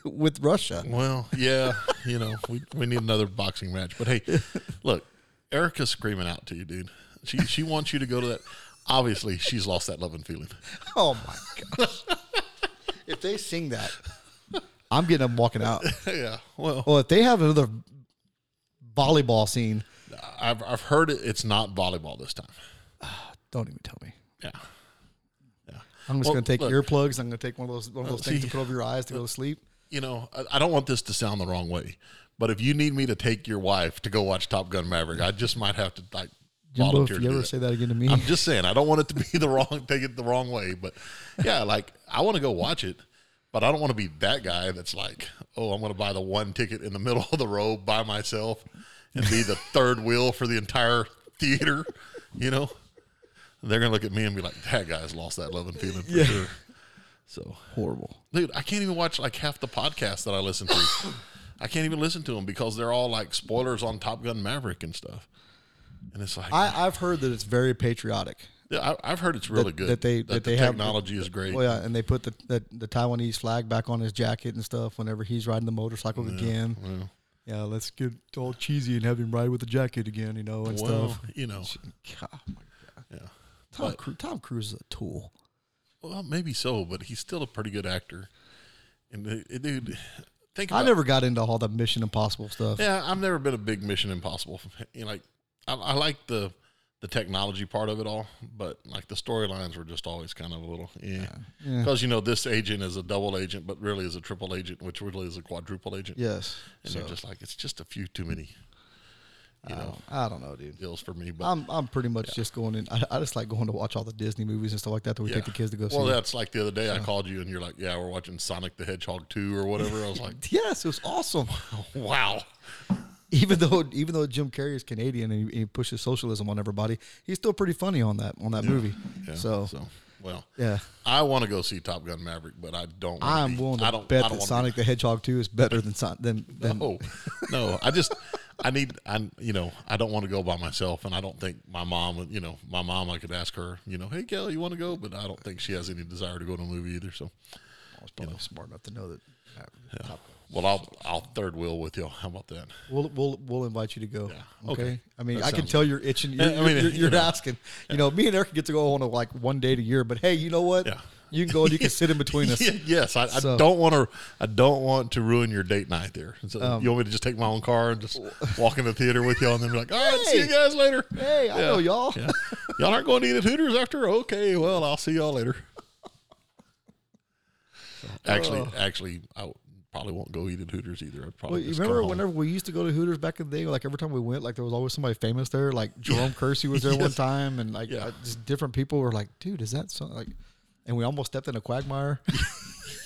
B: with Russia.
A: Well, yeah, you know, we, we need another boxing match. But hey,
B: *laughs*
A: look, Erica's screaming out to you, dude. She she wants you to go to that. Obviously, she's lost that love and feeling.
B: Oh my gosh! if they sing that, I'm getting up walking out.
A: *laughs* yeah. Well,
B: Well, if they have another volleyball scene,
A: I've I've heard it. It's not volleyball this time.
B: don't even tell me.
A: Yeah.
B: I'm just
A: Well,
B: going to take
A: look.
B: earplugs. I'm going to take one of those one of those
A: *laughs*
B: things
A: see.
B: to put over your eyes to go to sleep.
A: You know, I, I don't want this to sound the wrong way, but if you need me to take your wife to go watch Top Gun Maverick, I just might have to like
B: Jimbo, if
A: volunteer.
B: you
A: to do
B: ever
A: that.
B: say that again to me,
A: I'm just saying, I don't want it to be *laughs* the wrong, take it the wrong way. But yeah, like I want to go watch it, but I don't want to be that guy that's like, oh, I'm going to buy the one ticket in the *laughs* middle of the row by myself and be the third wheel for the entire theater. You know, they're going to look at me and be like, that guy's lost that loving feeling for sure. So,
B: horrible.
A: dude, I can't even watch like half the podcasts that I listen
B: *coughs*
A: to. I can't even listen to them because they're all like spoilers on Top Gun Maverick and stuff. And it's like,
B: I, I've heard that it's very patriotic.
A: Yeah, I, I've heard it's really
B: that-
A: good.
B: that they- that
A: the
B: they have-
A: technology is great.
B: Well, yeah, and they put the, the the Taiwanese flag back on his jacket and stuff whenever he's riding the motorcycle again.
A: Well,
B: Yeah, let's get all cheesy and have him ride with the jacket again, you know, and
A: well,
B: stuff.
A: you know,
B: God, my God.
A: Yeah.
B: Tom,
A: But-
B: Cru- Tom Cruise is a tool.
A: well, maybe so, but he's still a pretty good actor. And the- it- dude, think about
B: I never got into all the Mission Impossible stuff.
A: Yeah, I've never been a big Mission Impossible. fan. You know, like, I, I like the the technology part of it all, but like the storylines were just always kind of a little yeah.
B: Yeah.
A: Because you know this agent is a double agent, but really is a triple agent, which really is a quadruple agent.
B: Yes.
A: and
B: So,
A: you're just like it's just a few too many, you
B: I,
A: know,
B: don't, I don't know, dude.
A: deals for me. But
B: I'm I'm pretty much just going in. I, I just like going to watch all the Disney movies and stuff like that that we
A: yeah.
B: take the kids to go
A: Well,
B: see.
A: that's like the other day I called you and you're like, "Yeah, we're watching Sonic the Hedgehog two or whatever." I was
B: *laughs*
A: like, *laughs*
B: Yes, it was awesome.
A: "Wow,
B: *laughs* even though even though Jim Carrey is Canadian and he, he pushes socialism on everybody, he's still pretty funny on that on that movie.
A: Yeah,
B: so,
A: so well."
B: yeah,
A: I want to go see Top Gun Maverick, but I don't. wanna
B: I'm
A: be-
B: willing to
A: I don't, I
B: bet
A: don't
B: that
A: wanna be
B: Sonic the Hedgehog 2 is better than Son- than than.
A: No, Oh, no. I just, I need, I, you know, I don't want to go by myself, and I don't think my mom, would- you know, my mom, I could ask her, you know, hey, Kelly, you want to go? But I don't think she has any desire to go to a movie either. So,
B: I was probably smart enough to know that. Top Gun.
A: well, I'll, I'll third wheel with you. all How about that?
B: We'll, we'll we'll invite you to go.
A: Yeah,
B: Okay.
A: okay.
B: I mean,
A: That
B: I can
A: sounds
B: tell you're
A: *laughs*
B: itching. You're,
A: I mean,
B: you're,
A: you
B: you're
A: know.
B: asking. You know, me and Eric get to go on a, like one date a year, but hey, you know what?
A: Yeah.
B: You can go and
A: *laughs*
B: you can sit in between us.
A: Yeah, yes, I,
B: So-
A: I don't want to, I don't want to ruin your date night there. So
B: Um,
A: you want me to just take my own car and just walk in the theater with y'all, and then be like, all right, see you
B: Hey!
A: guys later.
B: Hey, I know y'all.
A: Yeah. Y'all aren't going to eat at Hooters after? Okay, well, I'll see y'all
B: *laughs*
A: later. Actually, actually, I probably won't go eat at Hooters either. I'd
B: Oh. Well,
A: probably
B: you
A: just
B: remember
A: come home.
B: whenever we used to go to Hooters back in the day? Like every time we went, like there was always somebody famous there.
A: *laughs*
B: Like Jerome Kersey was there one
A: Yes.
B: time, and like
A: Yeah.
B: uh, just different people were like, "Dude, is that something?" Like, and we almost stepped in
A: *laughs*
B: a quagmire.
A: *laughs*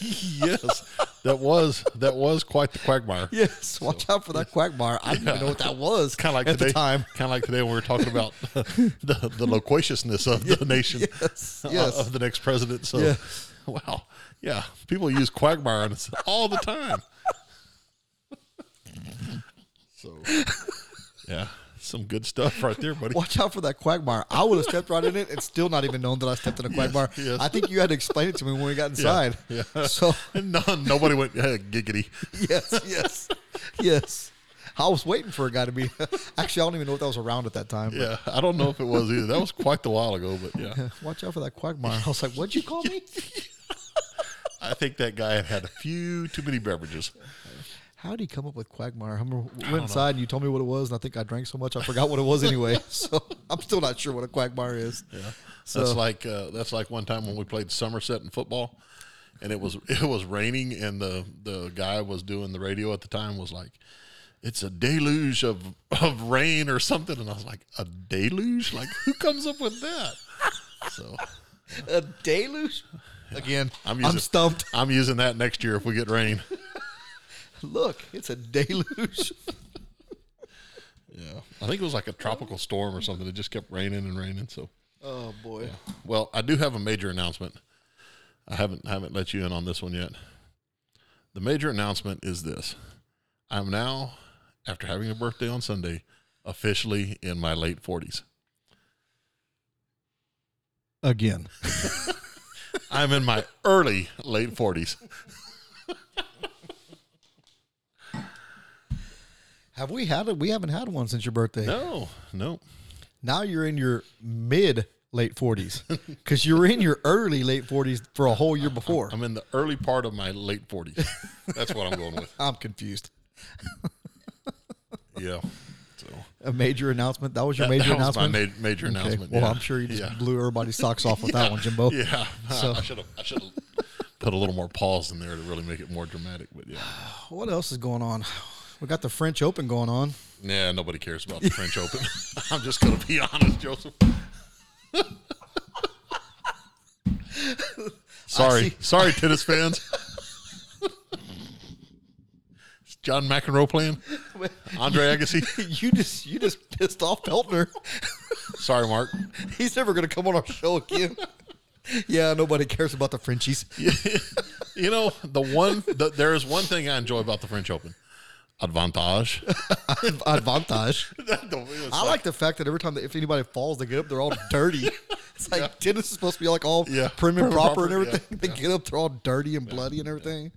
A: yes, that was that was quite the quagmire.
B: *laughs* yes, watch out for that quagmire. I didn't even know what that
A: *laughs*
B: was.
A: Kind of like
B: at
A: today,
B: the time.
A: Kind of like today when we were talking about *laughs* the, the loquaciousness of
B: *laughs*
A: the nation,
B: Yes,
A: uh,
B: yes.
A: of the next president. So,
B: Yeah.
A: *laughs* wow, yeah, people use quagmire *laughs* on us all the time. so, yeah, some good stuff right there, buddy.
B: Watch out for that quagmire. I would have stepped right in it and still not even known that I stepped in a quagmire.
A: yes.
B: I think you had to explain it to me when we got inside.
A: yeah.
B: *laughs* So
A: *laughs* No, nobody went eh,
B: *laughs*
A: giggity.
B: yes,
A: *laughs*
B: yes, yes. I was waiting for a guy to be. *laughs* Actually, I don't even know if that was around at that time. but-
A: Yeah, I don't know if it was either. That was quite the while ago, but
B: *laughs*
A: yeah,
B: Watch out for that quagmire. I was like, what'd you
A: *laughs*
B: call me?
A: I think that guy had had a few too many beverages.
B: How did he come up with quagmire? I remember we went inside and you told me what it was, and I think I drank so much I forgot what it
A: *laughs*
B: was anyway. So I'm still not sure what a quagmire is. Yeah. So
A: that's like uh, that's like one time when we played Somerset in football, and it was *laughs* it was raining, and the the guy was doing the radio at the time was like, "It's a deluge of of rain or something," and I was like, "A deluge? Like who comes up with that?" So
B: a deluge? Again,
A: I'm
B: I'm,
A: using-
B: stumped.
A: I'm using that next year if we get rain.
B: Look, it's
A: *laughs*
B: a deluge.
A: Yeah, I think it was like a tropical storm or something. It just kept raining and raining. So
B: oh, boy.
A: well, I do have a major announcement. I haven't haven't let you in on this one yet. The major announcement is this. I'm now, after having a birthday on Sunday, officially in my late forties.
B: Again.
A: I'm in
B: *laughs*
A: my early late forties.
B: Have we had it? We haven't had one since your birthday.
A: No, no.
B: Now you're in your mid late *laughs* 40s because you were in your early late 40s for a whole year before.
A: *laughs* I'm in the early part of my late forties. That's what I'm going with.
B: I'm confused.
A: Yeah. So
B: a major announcement. That was your
A: that,
B: major
A: that was my
B: announcement.
A: ma- major
B: Okay.
A: announcement.
B: Well,
A: yeah.
B: I'm sure you just
A: Yeah.
B: blew everybody's socks off with *laughs* that one, Jimbo.
A: Yeah, *laughs*
B: So-
A: I should have. I should have put a little more pause in there to really make it more dramatic. But yeah,
B: What else is going on? We got the French Open going on.
A: nah, nobody cares about the French Open. *laughs* I'm just gonna be honest,
B: *laughs*
A: Joseph. sorry,
B: see.
A: sorry, tennis fans. Is John McEnroe
B: *laughs*
A: playing? Andre Agassi?
B: *laughs* you just you just pissed off Peltner.
A: Sorry, Mark.
B: *laughs*
A: *laughs*
B: He's never going to come on our show again. *laughs* yeah, nobody cares about the Frenchies. *laughs*
A: You know the one. The, there is one thing I enjoy about the French Open.
B: *laughs*
A: Advantage.
B: Advantage.
A: That don't- it's *laughs*
B: I like the fact that every time that if anybody falls, they get up, they're all dirty. It's it's like Dennis is supposed to be like all
A: Yeah.
B: prim
A: Prim
B: and
A: and
B: proper, and
A: proper,
B: everything. *laughs*
A: yeah,
B: They get up, they're all dirty and bloody and everything.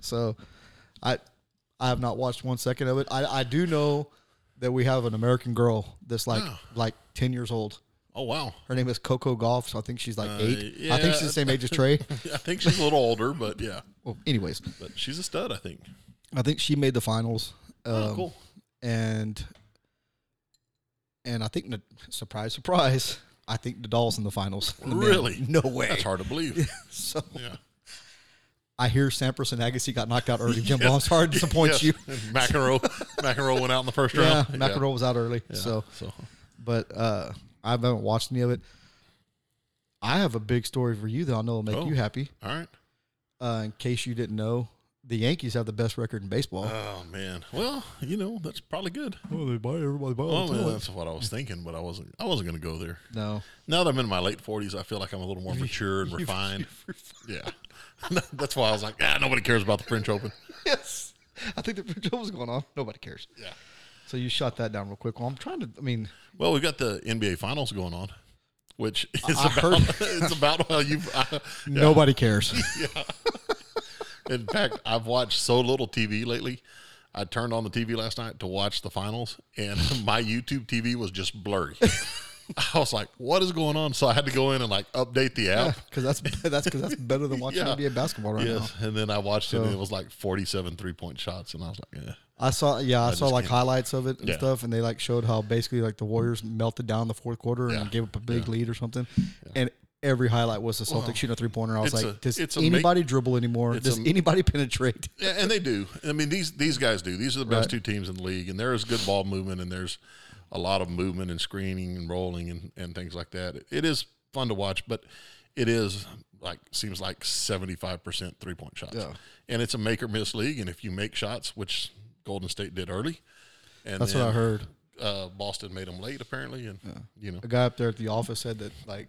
B: So, I I have not watched one second of it. I I do know that we have an American girl that's like like ten years old.
A: Oh wow.
B: Her name is Coco Golf, so I think she's like eight. I
A: Uh, yeah.
B: think she's the same age
A: *laughs*
B: as Trey.
A: I think she's a little older, but yeah,
B: well, anyways,
A: but she's a stud. I think.
B: I think she made the finals.
A: Oh,
B: Um,
A: cool.
B: and and I think Na- surprise, surprise, I think Nadal's in the finals. *laughs* The men.
A: Really?
B: No
A: *laughs*
B: way.
A: That's hard to
B: *laughs*
A: believe.
B: So
A: Yeah.
B: I hear Sampras and Agassi got knocked
A: *laughs*
B: out early. Jim yeah. Bond's hard to disappoint you.
A: McEnroe, McEnroe went out in the first
B: Yeah,
A: round.
B: McEnroe was out early. So,
A: So
B: but uh, I haven't watched any of it. I have a big story for you that I know will make
A: Oh.
B: you happy.
A: all right.
B: Uh, in case you didn't know, the Yankees have the best record in baseball.
A: Oh man. Well, you know that's probably good.
B: well, they buy everybody buy
A: Well, man, that's what I was thinking, but I wasn't. I wasn't going to go there.
B: No,
A: Now that I'm in my late 40s, I feel like I'm a little more mature and
B: *laughs*
A: refined. Yeah. *laughs* that's why I was like, ah, nobody cares about the French Open.
B: yes. I think the *laughs* Joe was going on. Nobody cares.
A: Yeah.
B: So you shot that down real quick. Well, I'm trying to. I mean,
A: Well, we've got the NBA Finals going on, which is
B: I
A: about
B: heard-
A: *laughs* it's about how you. I, *laughs*
B: nobody cares. *laughs*
A: in fact, I've watched so little TV lately. I turned on the TV last night to watch the finals, and *laughs* my YouTube TV was just blurry. *laughs* I was like, "What is going on?" So I had to go in and like update the app.
B: Because that's *laughs* that's because that's better than watching
A: Yeah.
B: NBA basketball right now.
A: Yes, and then I watched it, and
B: So-
A: it was like forty-seven three-point shots, and I was like, "Eh." "Yeah."
B: I saw, yeah, I, saw
A: just
B: like
A: can't-
B: highlights of it and
A: Yeah. Mm-hmm.
B: stuff, and they like showed how basically like the Warriors melted down the fourth quarter and
A: Yeah.
B: gave up a big lead or something, and every highlight was the Celtics shooting a three pointer. I was
A: it's
B: like,
A: a-
B: does
A: it's a ma-
B: anybody dribble anymore?
A: it's a
B: Does
A: m-
B: anybody penetrate? *laughs*
A: Yeah, and they do. I mean, these these guys do. These are the best
B: Right.
A: two teams in the league, and there is good ball movement, and there's a lot of movement and screening and rolling and, and things like that. It is fun to watch, but it is like seems like seventy five percent three point shots,
B: Yeah.
A: and it's a make or miss league. And if you make shots, which Golden State did early, and
B: That's what I
A: then,
B: heard.
A: Uh, Boston made them late apparently, and you know,
B: a guy up there at the office said that like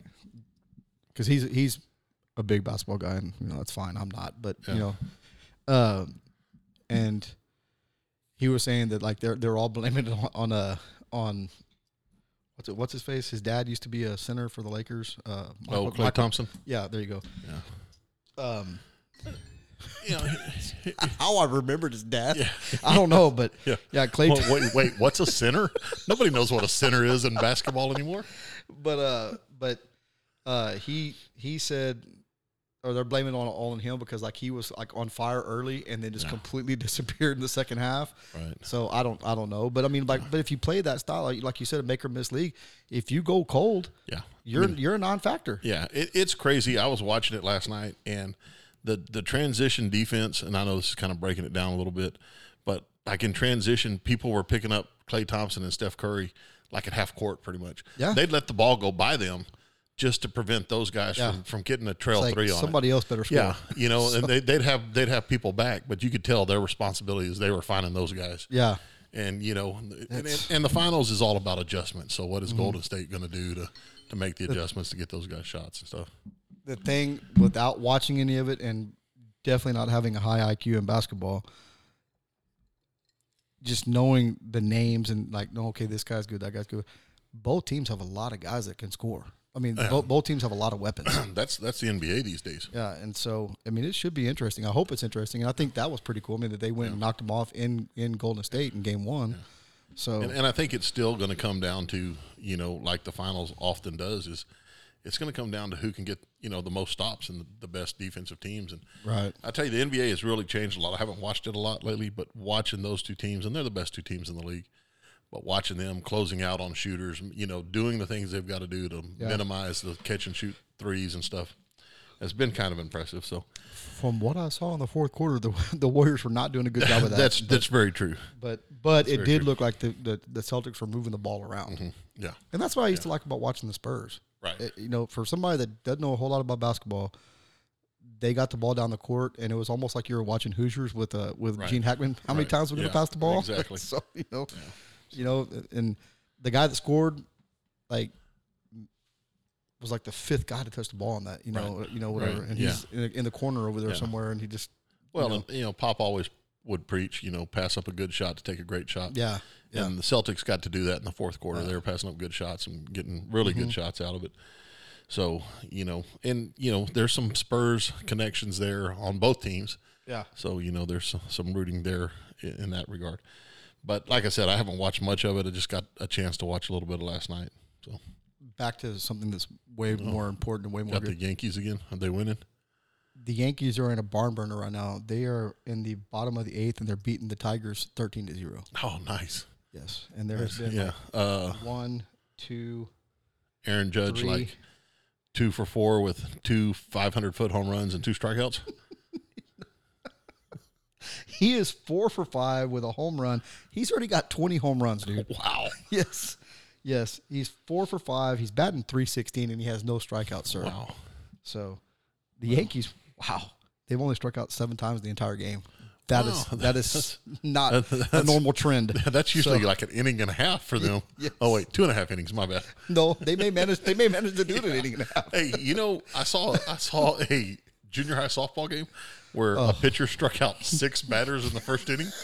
B: because he's he's a big basketball guy and you know that's fine i'm not but you know um and he was saying that like they're they're all blaming it on, on uh on what's it what's his face his dad used to be a center for the lakers uh
A: oh,
B: Michael-
A: Clay
B: Michael-
A: Thompson.
B: yeah there you go
A: Yeah.
B: um
A: Yeah, *laughs*
B: how i remembered his dad
A: Yeah.
B: i don't know but
A: *laughs* Yeah.
B: yeah, clay
A: wait, wait, wait, what's a center? Nobody knows what a center is in basketball anymore.
B: but uh but uh he he said or they're blaming it on all on him because like he was like on fire early and then just completely *laughs* disappeared in the second half.
A: Right.
B: So I don't I don't know, but I mean like but if you play that style like, like you said, a make or miss league, if you go cold,
A: Yeah,
B: you're you're a non-factor.
A: Yeah, it, it's crazy. I was watching it last night, and the the transition defense. And I know this is kind of breaking it down a little bit, but like in transition, people were picking up Clay Thompson and Steph Curry like at half court, pretty much.
B: Yeah.
A: they'd let the ball go by them just to prevent those guys
B: Yeah.
A: from, from getting a trail
B: Like
A: three on. it.
B: somebody else better score.
A: Yeah, you know,
B: *laughs*
A: and they, they'd have they'd have people back, but you could tell their responsibility is they were finding those guys.
B: Yeah.
A: And you know, and, and, and the finals is all about adjustments. So what is
B: Mm-hmm.
A: Golden State going to do to to make the adjustments to get those guys shots and stuff?
B: the thing without watching any of it and definitely not having a high IQ in basketball, just knowing the names and like, no, okay, this guy's good, that guy's good. Both teams have a lot of guys that can score. I mean, both, both teams have a lot of weapons. *clears throat*
A: That's that's the NBA these days.
B: yeah, and so I mean, it should be interesting. I hope it's interesting, and I think that was pretty cool. I mean, that they went and knocked them off in in Golden State in Game One. So
A: And, and I think it's still going to come down to you know like the finals often does is it's going to come down to who can get you know the most stops and the, the best defensive teams and
B: right,
A: I tell you the NBA has really changed a lot. I haven't watched it a lot lately, but watching those two teams and they're the best two teams in the league. But watching them closing out on shooters, you know, doing the things they've got to do to minimize the catch and shoot threes and stuff, has been kind of impressive. So
B: from what I saw in the fourth quarter, the *laughs* the Warriors were not doing a good job of that.
A: *laughs* that's that's very true.
B: But but it
A: very
B: did
A: true. Mm-hmm.
B: look like the, the, the Celtics were moving the ball around,
A: Yeah,
B: and that's what I used to like about watching the Spurs.
A: Right.
B: It- you know, for somebody that doesn't know a whole lot about basketball, they got the ball down the court, and it was almost like you were watching Hoosiers with uh with
A: Right.
B: Gene Hackman. How many
A: Right.
B: times we're gonna
A: Yeah.
B: pass the ball?
A: Exactly.
B: *laughs* so you know, you know, and the guy that scored, like. Was like the fifth guy to touch the ball on that, you know, you know, whatever,
A: Right.
B: and
A: Yeah.
B: he's in the, in the corner over there
A: Yeah.
B: somewhere, and he just,
A: Well, and you know, Pop always would preach, you know, pass up a good shot to take a great shot.
B: yeah, yeah, Mm-hmm.
A: And the Celtics got to do that in the fourth quarter. They were passing up good shots and getting really good shots out of it. So, you know, and, you know, there's some Spurs connections there on both teams.
B: Yeah.
A: So, you know, there's some- some rooting there i- in that regard. But like I said, I haven't watched much of it. I just got a chance to watch a little bit of last night. So,
B: Back to something that's way more important and way more
A: Mm-hmm. got the
B: good.
A: Yankees again. Are they winning?
B: The Yankees are in a barn burner right now. They are in the bottom of the eighth and they're beating the Tigers 13 to 0.
A: Oh, nice.
B: Yes. And there has been
A: Yeah. Uh,
B: like one, two,
A: Aaron Judge,
B: three.
A: like two for four with two 500 foot home runs and two strikeouts.
B: He is four for five with a home run. He's already got 20 home runs,
A: *laughs*
B: dude.
A: Wow.
B: yes. Yes. He's four for five. He's batting 316 and he has no strikeouts, sir.
A: Wow.
B: So the Yankees, wow. They've only struck out seven times the entire game. That is
A: Wow, *laughs*
B: that is not
A: that's-
B: a normal trend.
A: That's usually like an inning and a half for them.
B: *laughs* Yes.
A: Oh, wait, two and a half innings. My bad.
B: No, they may manage they may manage to do it in an inning and a half.
A: Hey, you know, I saw I saw a junior high softball game where a pitcher struck out six batters in the first inning.
B: *laughs*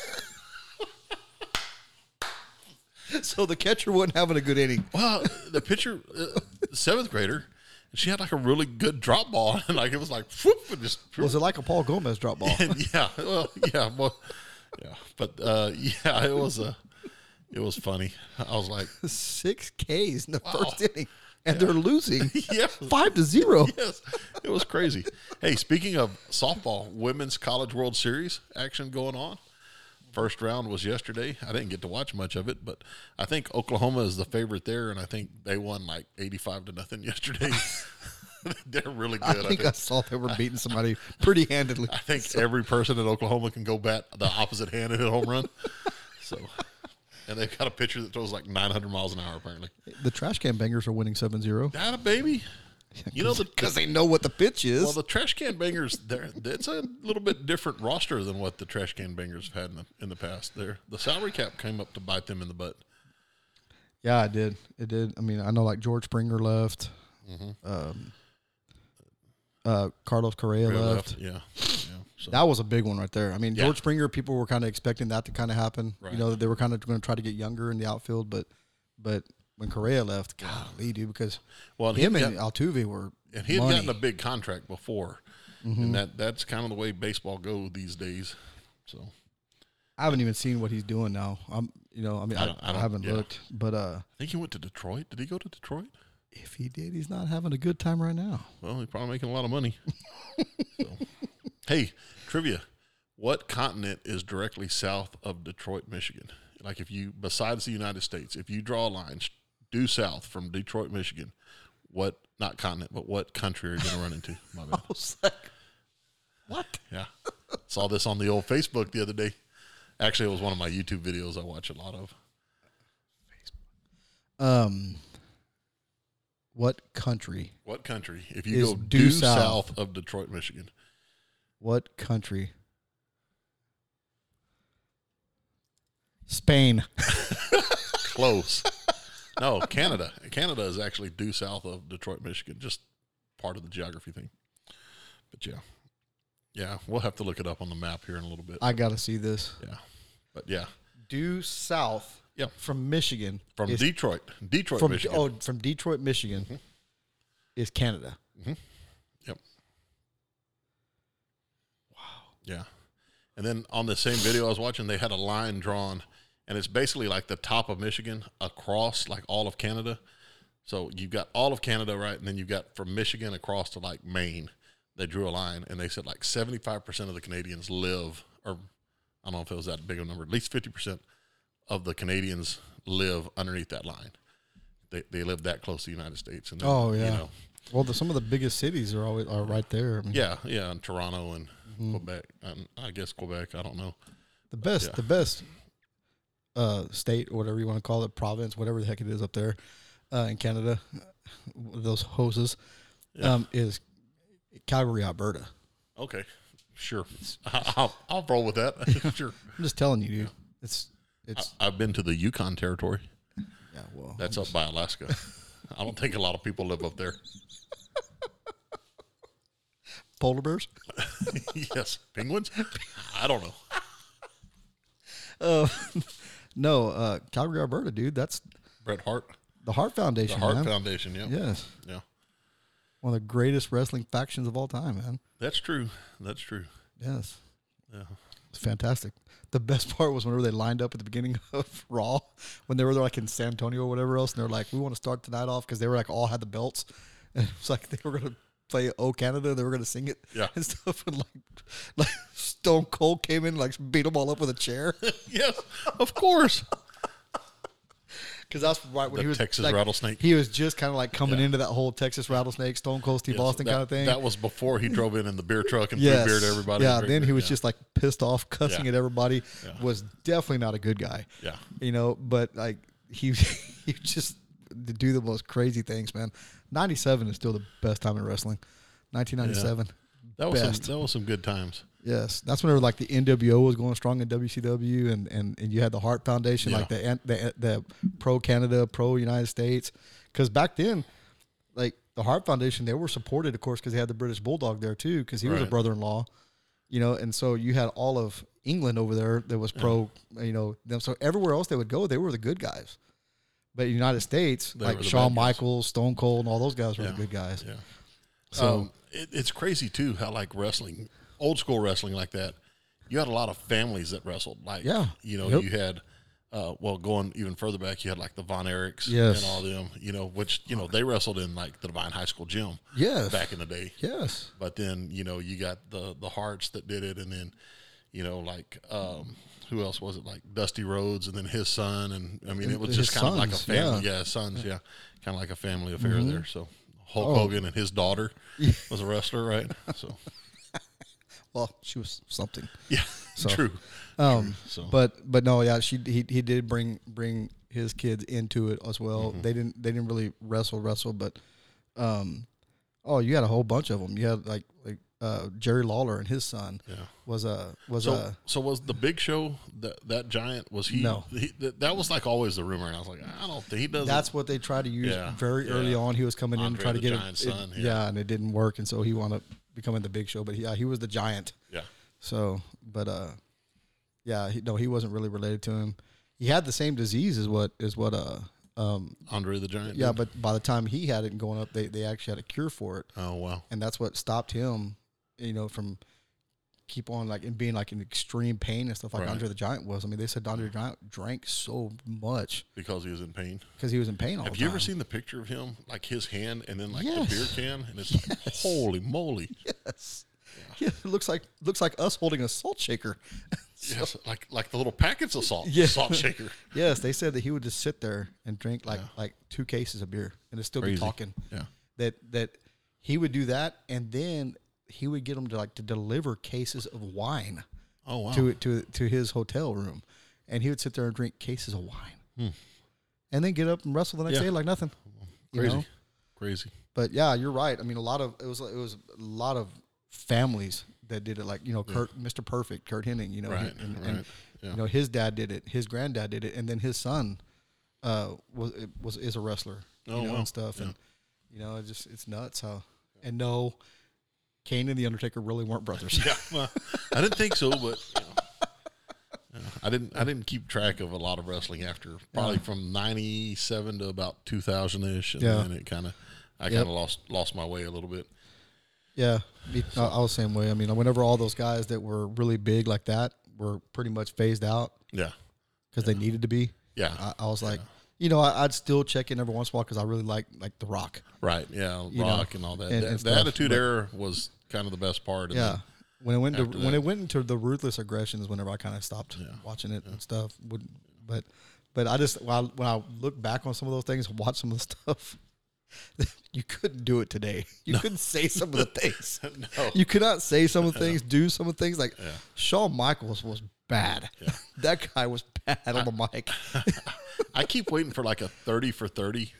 B: So the catcher wasn't having a good inning.
A: Well, the pitcher, uh, seventh grader, she had like a really good drop ball, *laughs* and like it was like, whoop, and just
B: *laughs* Was it like a Paul Gomez drop ball?
A: *laughs* and yeah, well, yeah, well, yeah, but uh, yeah, it was a, it was funny. I was like,
B: *laughs*
A: *laughs*
B: Six Ks in the first inning. And they're losing
A: yeah,
B: five to zero.
A: *laughs* yes, it was crazy. Hey, speaking of softball, women's college World Series action going on. First round was yesterday. I didn't get to watch much of it, but I think Oklahoma is the favorite there, and I think they won like eighty-five to nothing *laughs* yesterday. They're really good.
B: I think I saw they were beating somebody pretty handedly.
A: I think
B: *laughs*
A: every person in Oklahoma can go bat the opposite hand and hit a home run. So, and they've got a pitcher that throws like 900 miles an hour,
B: *laughs*
A: apparently.
B: The trash can bangers are winning 7 0
A: That a baby. You
B: *laughs*
A: know, the,
B: because they know what the pitch is.
A: well, the trash can bangers, they're, it's a little bit different roster than what the trash can bangers have had in the, in the past. There, the salary cap came up to bite them in the butt.
B: yeah, it did. It did. I mean, I know like George Springer left, um, uh, Carlos Correa
A: They
B: left.
A: Yeah. yeah. So,
B: That was a big one right there. I mean,
A: Yeah.
B: George Springer, people were kind of expecting that to kind of happen.
A: Right.
B: You know, that they were kind of going to try to get younger in the outfield, but but when Correa left, golly, dude, because
A: well, and he
B: him
A: got-
B: and Altuve were
A: and he had
B: money.
A: gotten a big contract before. And that, that's kind of the way baseball go these days. So,
B: I haven't even seen what he's doing now. I'm, you know, I mean, I,
A: don't- I
B: I,
A: don't-
B: haven't
A: yeah.
B: looked, but uh,
A: I think he went to Detroit. Did he go to Detroit?
B: if he did, he's not having a good time
A: *laughs*
B: right now.
A: Well, he's probably making a lot of money.
B: *laughs*
A: so. Hey, trivia. What continent is directly south of Detroit, Michigan? Like, if you, besides the United States, if you draw a line s- due south from Detroit, Michigan, what, not continent, but what country are you going to run into? My
B: *laughs*
A: bad.
B: I was like, what?
A: Yeah. Saw this on the old Facebook the other day. Actually, it was one of my YouTube videos I watch a lot of.
B: Um, what country?
A: What country, if you
B: Is
A: go
B: due
A: due
B: south.
A: south of Detroit, Michigan?
B: What country? Spain.
A: close. *laughs* no, Canada. Canada is actually due south of Detroit, Michigan. Just part of the geography thing. But yeah, yeah, we'll have to look it up on the map here in a little bit.
B: I gotta see this.
A: yeah, but yeah,
B: Due south.
A: Yep.
B: From Michigan.
A: from
B: is-
A: Detroit, Detroit,
B: from
A: Michigan. Mm-hmm.
B: oh from Detroit, Michigan, is Canada.
A: Yep. Wow. Yeah. And then on the same video I was watching, they had a line drawn, and it's basically like the top of Michigan across like all of Canada. So you've got all of Canada, right? And then you've got from Michigan across to like Maine. They drew a line, and they said like 75% of the Canadians live, or I don't know if it was that big of a number, at least 50% of the Canadians live underneath that line. They, they live that close to the United States. And then,
B: Oh yeah.
A: You know,
B: Well, the, some of the biggest cities are always are right there. I mean,
A: yeah, yeah, in Toronto and
B: Mm-hmm.
A: Quebec, and I guess Quebec. I don't know.
B: The best,
A: Yeah.
B: the best uh, state, or whatever you want to call it, province, whatever the heck it is up there uh, in Canada, those hoses, um, is Calgary, Alberta.
A: Okay, sure, *laughs* I- I'll, I'll roll with that. *laughs*
B: *laughs*
A: sure,
B: I'm just telling you, dude. It's it's
A: I've been to the Yukon Territory.
B: yeah. Well,
A: That's up by Alaska. I don't think a lot of people live up
B: *laughs*
A: there.
B: polar bears.
A: yes, penguins. I don't know.
B: Uh, no, uh, Calgary, Alberta, dude. That's
A: Bret Hart,
B: the Heart Foundation.
A: Hart
B: man.
A: Foundation. Yeah,
B: Yes.
A: yeah.
B: one of the greatest wrestling factions of all time, man.
A: That's true. That's true.
B: Yes.
A: Yeah.
B: It's fantastic. The best part was whenever they lined up at the beginning *laughs* of Raw, when they were like in San Antonio or whatever else, and they're like, "We want to start tonight off" because they were like all had the belts, and it was like they were gonna play "Oh Canada," they were gonna sing it,
A: Yeah.
B: and *laughs* stuff. And like, like Stone Cold came in, and like beat them all up with a chair, *laughs*
A: yes, of course.
B: because that's right when
A: The
B: he was
A: Texas
B: like,
A: rattlesnake.
B: He was just kind of like coming
A: Yeah.
B: into that whole Texas rattlesnake, Stone Cold Steve
A: Yes,
B: Austin
A: that-
B: kind of thing.
A: That was before he drove in in the beer truck
B: *laughs*
A: and
B: Yes.
A: threw beer to everybody.
B: Yeah,
A: and drank
B: then he
A: beer.
B: was
A: Yeah.
B: just like pissed off, cussing
A: Yeah.
B: at everybody.
A: Yeah.
B: Was definitely not a good guy.
A: Yeah.
B: you know, but like he *laughs* he just to do the most crazy things, man. Ninety seven is still the best time in wrestling. Nineteen ninety seven.
A: that was some,
B: best.
A: that was some good times.
B: Yes, that's whenever like the NWO was going strong in WCW, and and, and you had the Hart Foundation, like the, an- the the pro Canada, pro United States, because back then, like the Hart Foundation, they were supported, of course, because they had the British Bulldog there too, because he was a
A: Right.
B: brother-in-law, you know, and so you had all of England over there that was pro, you know, them. So everywhere else they would go, they were the good guys, but the United States,
A: They were
B: like
A: the bad
B: Shawn
A: guys.
B: Michaels, Stone Cold, and all those guys were
A: Yeah.
B: the good guys.
A: Yeah.
B: So
A: um, it, it's crazy too how like wrestling, old school wrestling like that. You had a lot of families that wrestled. Like
B: Yeah.
A: you know
B: Yep.
A: you had. Uh, well, going even further back, you had like the Von Erichs
B: Yes.
A: and all them, you know, which you know they wrestled in like the Divine High School gym
B: yes,
A: back in the day.
B: yes,
A: But then you know you got the the Hearts that did it, and then you know like um, who else was it like Dusty Rhodes, and then his son, and I mean it was
B: His
A: just kind of like a
B: sons,
A: family,
B: yeah. Mm-hmm.
A: yeah, his sons, yeah, kind of like a family affair there. So Hulk
B: Oh.
A: Hogan and his
B: *laughs*
A: daughter was a wrestler, right? So
B: well, she was something.
A: yeah, *laughs*
B: So,
A: true.
B: Um,
A: So
B: But but no, yeah, she he, he did bring bring his kids into it as well.
A: Mm-hmm.
B: They didn't they didn't really wrestle wrestle, but um, oh, you had a whole bunch of them. You had like like uh, Jerry Lawler and his son
A: yeah.
B: was a was
A: So,
B: a
A: so was the Big Show that that giant was he?
B: uh, No.
A: he, that, that was like always the rumor, and I was like, I don't think he doesn't.
B: that's what they tried to use
A: Yeah,
B: very early
A: yeah.
B: on. He was coming in to
A: Andre
B: try to
A: the
B: get
A: Giant's
B: it,
A: son,
B: yeah.
A: yeah.
B: and it didn't work, and so he wound up becoming the big show. But yeah, he was the giant.
A: yeah,
B: So, but uh, yeah, he, no, he wasn't really related to him. He had the same disease as what is what uh um
A: Andre the Giant.
B: Yeah,
A: did.
B: but by the time he had it and going up, they, they actually had a cure for it,
A: oh wow,
B: and that's what stopped him, you know, from keep on like and being like in extreme pain and stuff like
A: Right.
B: Andre the Giant was. I mean, they said Andre the Giant drank so much
A: because he was in pain.
B: because he was in pain all
A: Have
B: the
A: you
B: time.
A: ever seen the picture of him, like his hand, and then like
B: Yes.
A: the beer can, and it's
B: *laughs*
A: like, holy moly!
B: Yes. Yeah, it looks like looks like us holding a salt shaker. *laughs*
A: Yes, like like the little packets of salt,
B: Yeah.
A: salt
B: *laughs*
A: shaker.
B: yes, they said that he would just sit there and drink like like two cases of beer and it'd still be
A: Crazy.
B: talking.
A: Yeah,
B: that that he would do that, and then he would get them to like to deliver cases of wine.
A: Oh, wow.
B: To to to his hotel room, and he would sit there and drink cases of wine, and then get up and wrestle the next
A: Hmm. Yeah.
B: day like nothing. you
A: crazy,
B: know?
A: crazy.
B: But yeah, you're right. I mean, a lot of it was it was a lot of families that did it. Like you know, Kurt, Mr. Perfect, Kurt Henning. You know,
A: Right,
B: and, and,
A: right, yeah.
B: you know his dad did it, his granddad did it, and then his son uh, was was is a wrestler.
A: Oh,
B: you know,
A: wow.
B: and stuff, and you know, it just it's nuts how. And no, Kane and the Undertaker really weren't brothers.
A: Yeah, well, I didn't think so, but you know. Yeah, I didn't I didn't keep track of a lot of wrestling after probably from '97 to about 2000 ish, and
B: Yeah.
A: then it kind of I kind of lost lost my way a little bit.
B: Yeah, me- I, I was the same way. I mean, whenever all those guys that were really big like that were pretty much phased out
A: Yeah,
B: because they needed to be.
A: yeah,
B: I, I was like, you know, I, I'd still check in every once in a while because I really like like The Rock.
A: right, yeah, rock
B: you know,
A: and all that.
B: and-
A: That-
B: and
A: the
B: stuff,
A: Attitude
B: but-
A: Era was kind of the best part. and
B: Yeah.
A: then-
B: When it went to
A: After
B: when
A: that.
B: it went into the ruthless aggressions, whenever I kind of stopped watching it and stuff, would but but I just when I, when I look back on some of those things, watch some of the *laughs* stuff, you couldn't do it today. *laughs* You couldn't say some of the things.
A: *laughs* no,
B: You could not say some of the things, do some of the things. Like Shawn Michaels was bad. *laughs* that guy was bad on the
A: *laughs*
B: mic.
A: I keep waiting for like a 30 for 30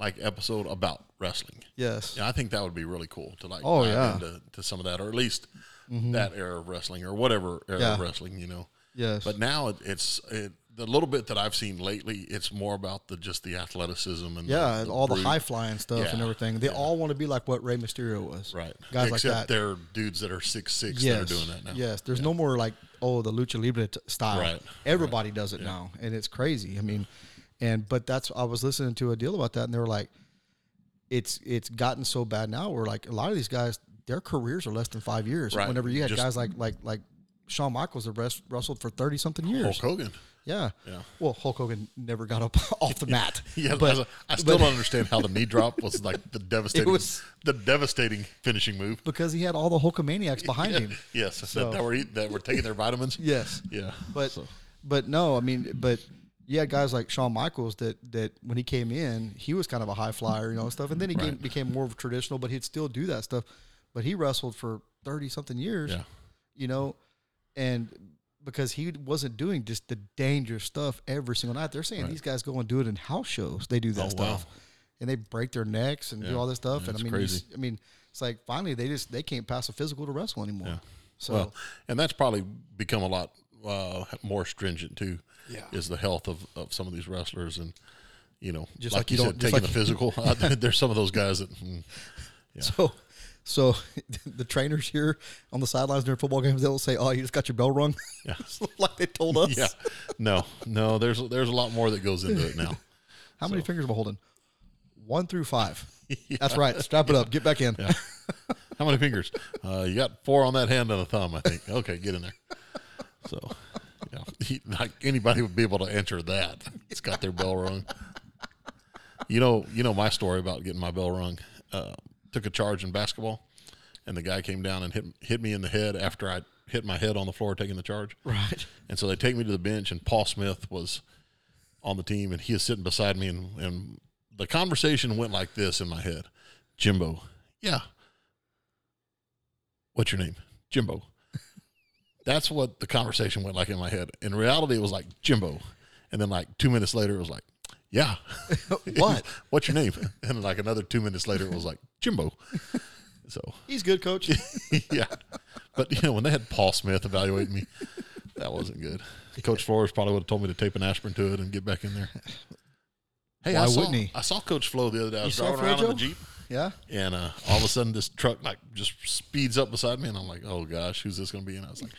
A: like episode about wrestling.
B: Yes.
A: Yeah, I think that would be really cool to like
B: Oh,
A: dive
B: yeah. Mm-hmm.
A: into to some of that or at least that era of wrestling or whatever era
B: Yeah.
A: of wrestling, you know.
B: Yes.
A: But now it, it's it, the little bit that I've seen lately, it's more about the just the athleticism and
B: yeah, and all the
A: brute.
B: high flying stuff and
A: Yeah,
B: everything. They all want to be like what Rey Mysterio was.
A: right.
B: Guys
A: Except
B: like that.
A: they're dudes that are six six that are doing that now.
B: Yes, there's no more like oh the lucha libre t- style.
A: Right,
B: Everybody does it now, and it's crazy. I mean, and but that's I was listening to a deal about that, and they were like, it's it's gotten so bad now where like a lot of these guys their careers are less than five years.
A: Right.
B: Whenever you had
A: Just-
B: guys like like like Shawn Michaels that rest, wrestled for thirty something
A: Hulk
B: years.
A: Hogan. *laughs*
B: Yeah.
A: Yeah.
B: Well, Hulk Hogan never got up *laughs* off the mat.
A: Yeah,
B: But-
A: but, I still
B: but-
A: don't understand how the knee drop was
B: *laughs*
A: like the devastating,
B: was-
A: the devastating finishing move
B: because he had all
A: *laughs*
B: the Hulkamaniacs behind him.
A: Yes, that-
B: So-
A: that, were eat, that were taking their
B: *laughs*
A: vitamins.
B: Yes.
A: yeah,
B: But but no, I mean, but yeah, guys like Shawn Michaels that that when he came in, he was kind of a high flyer, you know, and stuff, and then he came, became more of a traditional, but he'd still do that stuff. But he wrestled for thirty something years,
A: Yeah.
B: you know, and because he wasn't doing just the dangerous stuff every single night. They're saying these guys go and do it in house shows. They do that
A: Oh, wow.
B: stuff. And they break their necks and do all this stuff, and I
A: it's
B: mean, you
A: crazy.
B: s- I mean, it's like finally they just they can't pass a physical to wrestle anymore. So
A: well, and that's probably become a lot uh, more stringent too.
B: Yeah.
A: is the health of, of some of these wrestlers, and you know, just
B: Just like
A: like,
B: you *laughs*
A: you
B: don't-
A: said,
B: just
A: taking
B: like-
A: the physical. I, there's some of those guys that hmm,
B: *laughs* So, so *laughs* the trainers here on the sidelines during football games, they'll say, "Oh, you just got your bell *laughs* rung,"
A: Yeah.
B: like they told us. *laughs*
A: Yeah. No, no, there's there's a lot more that goes into it now.
B: How many fingers am I holding? One through five. That's right. Strap it up. Get back in. *laughs*
A: How many fingers? Uh, you got four on that hand and a thumb, I think. Okay, get in there. So, yeah, he- like anybody would be able to answer that. It's got their bell rung. You know, you know my story about getting my bell rung. Uh, took a charge in basketball, and the guy came down and hit hit me in the head after I hit my head on the floor taking the charge.
B: Right.
A: And so they take me to the bench, and Paul Smith was on the team, and he is sitting beside me, and, and the conversation went like this in my head: Jimbo, yeah, what's your name, Jimbo? *laughs* That's what the conversation went like in my head. In reality, it was like Jimbo, and then like two minutes later, it was like, yeah,
B: *laughs* What?
A: *laughs* what's your name? And like another two minutes later, it was like Jimbo. So
B: He's good, coach.
A: *laughs* yeah. But you know, when they had Paul Smith evaluate me, that wasn't good. Coach Flores probably would have told me to tape an aspirin to it and get back in there. Hey,
B: Why
A: I saw,
B: wouldn't he?
A: I saw Coach Flo the other day. I was
B: saw
A: driving around
B: Flojo?
A: in the Jeep
B: yeah.
A: and uh, all of a sudden this truck like just speeds up beside me and I'm like, Oh gosh, who's this gonna be? And I was like,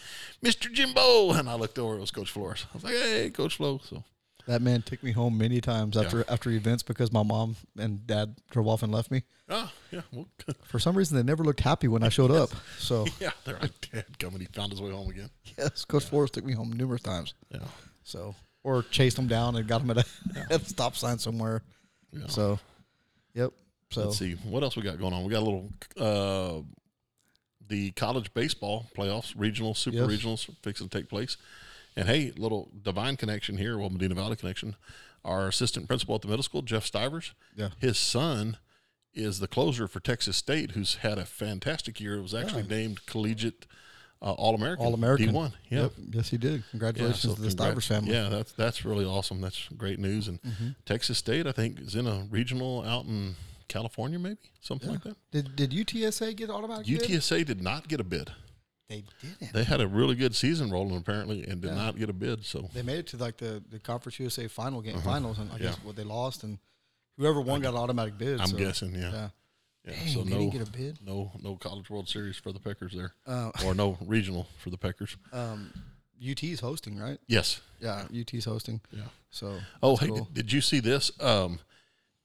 A: Mr. Jimbo and I looked over, it was Coach Flores. I was like, Hey, Coach Flo. So
B: That man took me home many times after after events because my mom and dad drove off and left me.
A: ah, yeah, well *laughs*
B: For some reason, they never looked happy when I showed up. So
A: yeah, they're like dad come and he found his way home again.
B: yes, Coach Flores took me home numerous times.
A: Yeah.
B: So or chased him down and got him at a, *laughs* at a stop sign somewhere.
A: Yeah.
B: So, yep. So
A: Let's see what else we got going on. We got a little uh, the college baseball playoffs, regional, super
B: Yes.
A: regionals fixing to take place. And hey, little divine connection here, well, Medina Valley connection. Our assistant principal at the middle school, Jeff Stivers,
B: Yeah.
A: his son is the closer for Texas State, who's had a fantastic year. It was actually named collegiate uh, All American,
B: All American
A: D one. Yeah,
B: Yep. Yes, he did. Congratulations
A: so
B: to the
A: congrat-
B: Stivers family. Mm-hmm.
A: Yeah, that's that's really awesome. That's great news. And Texas State, I think, is in a regional out in California, maybe something like that.
B: Did did UTSA get automatic? bid?
A: UTSA did not get a bid.
B: They didn't.
A: They had a really good season rolling apparently, and did not get a bid. So
B: They made it to like the, the Conference USA final
A: Uh-huh.
B: game finals, and I guess what they lost, and whoever won got an automatic bid.
A: I'm
B: so,
A: guessing, yeah, yeah.
B: Yeah. Dang,
A: so
B: they
A: no,
B: didn't get a bid. Uh,
A: no, no College World Series for the Peckers there, or no regional for the
B: *laughs*
A: Peckers.
B: Um, UT's hosting, right?
A: Yes.
B: Yeah, UT's hosting. Yeah. So.
A: Oh,
B: that's
A: hey,
B: cool.
A: did, did you see this? Um,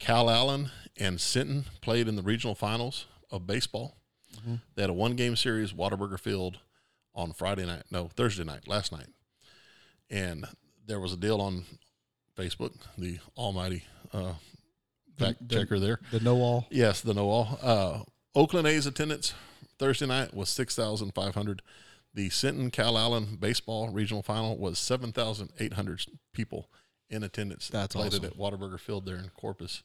A: Cal Allen and Sinton played in the regional finals of baseball.
B: Mm-hmm.
A: They had a one-game series, Waterburger Field, on Friday night. No, Thursday night, last night. And there was a deal on Facebook, the almighty uh, fact
B: the-
A: checker there.
B: the no all.
A: Yes, the know all. Uh, Oakland A's attendance Thursday night was 6,500. The Sinton Cal Allen baseball regional final was 7,800 people in attendance.
B: That's
A: Played
B: awesome.
A: it at Waterburger Field there in Corpus.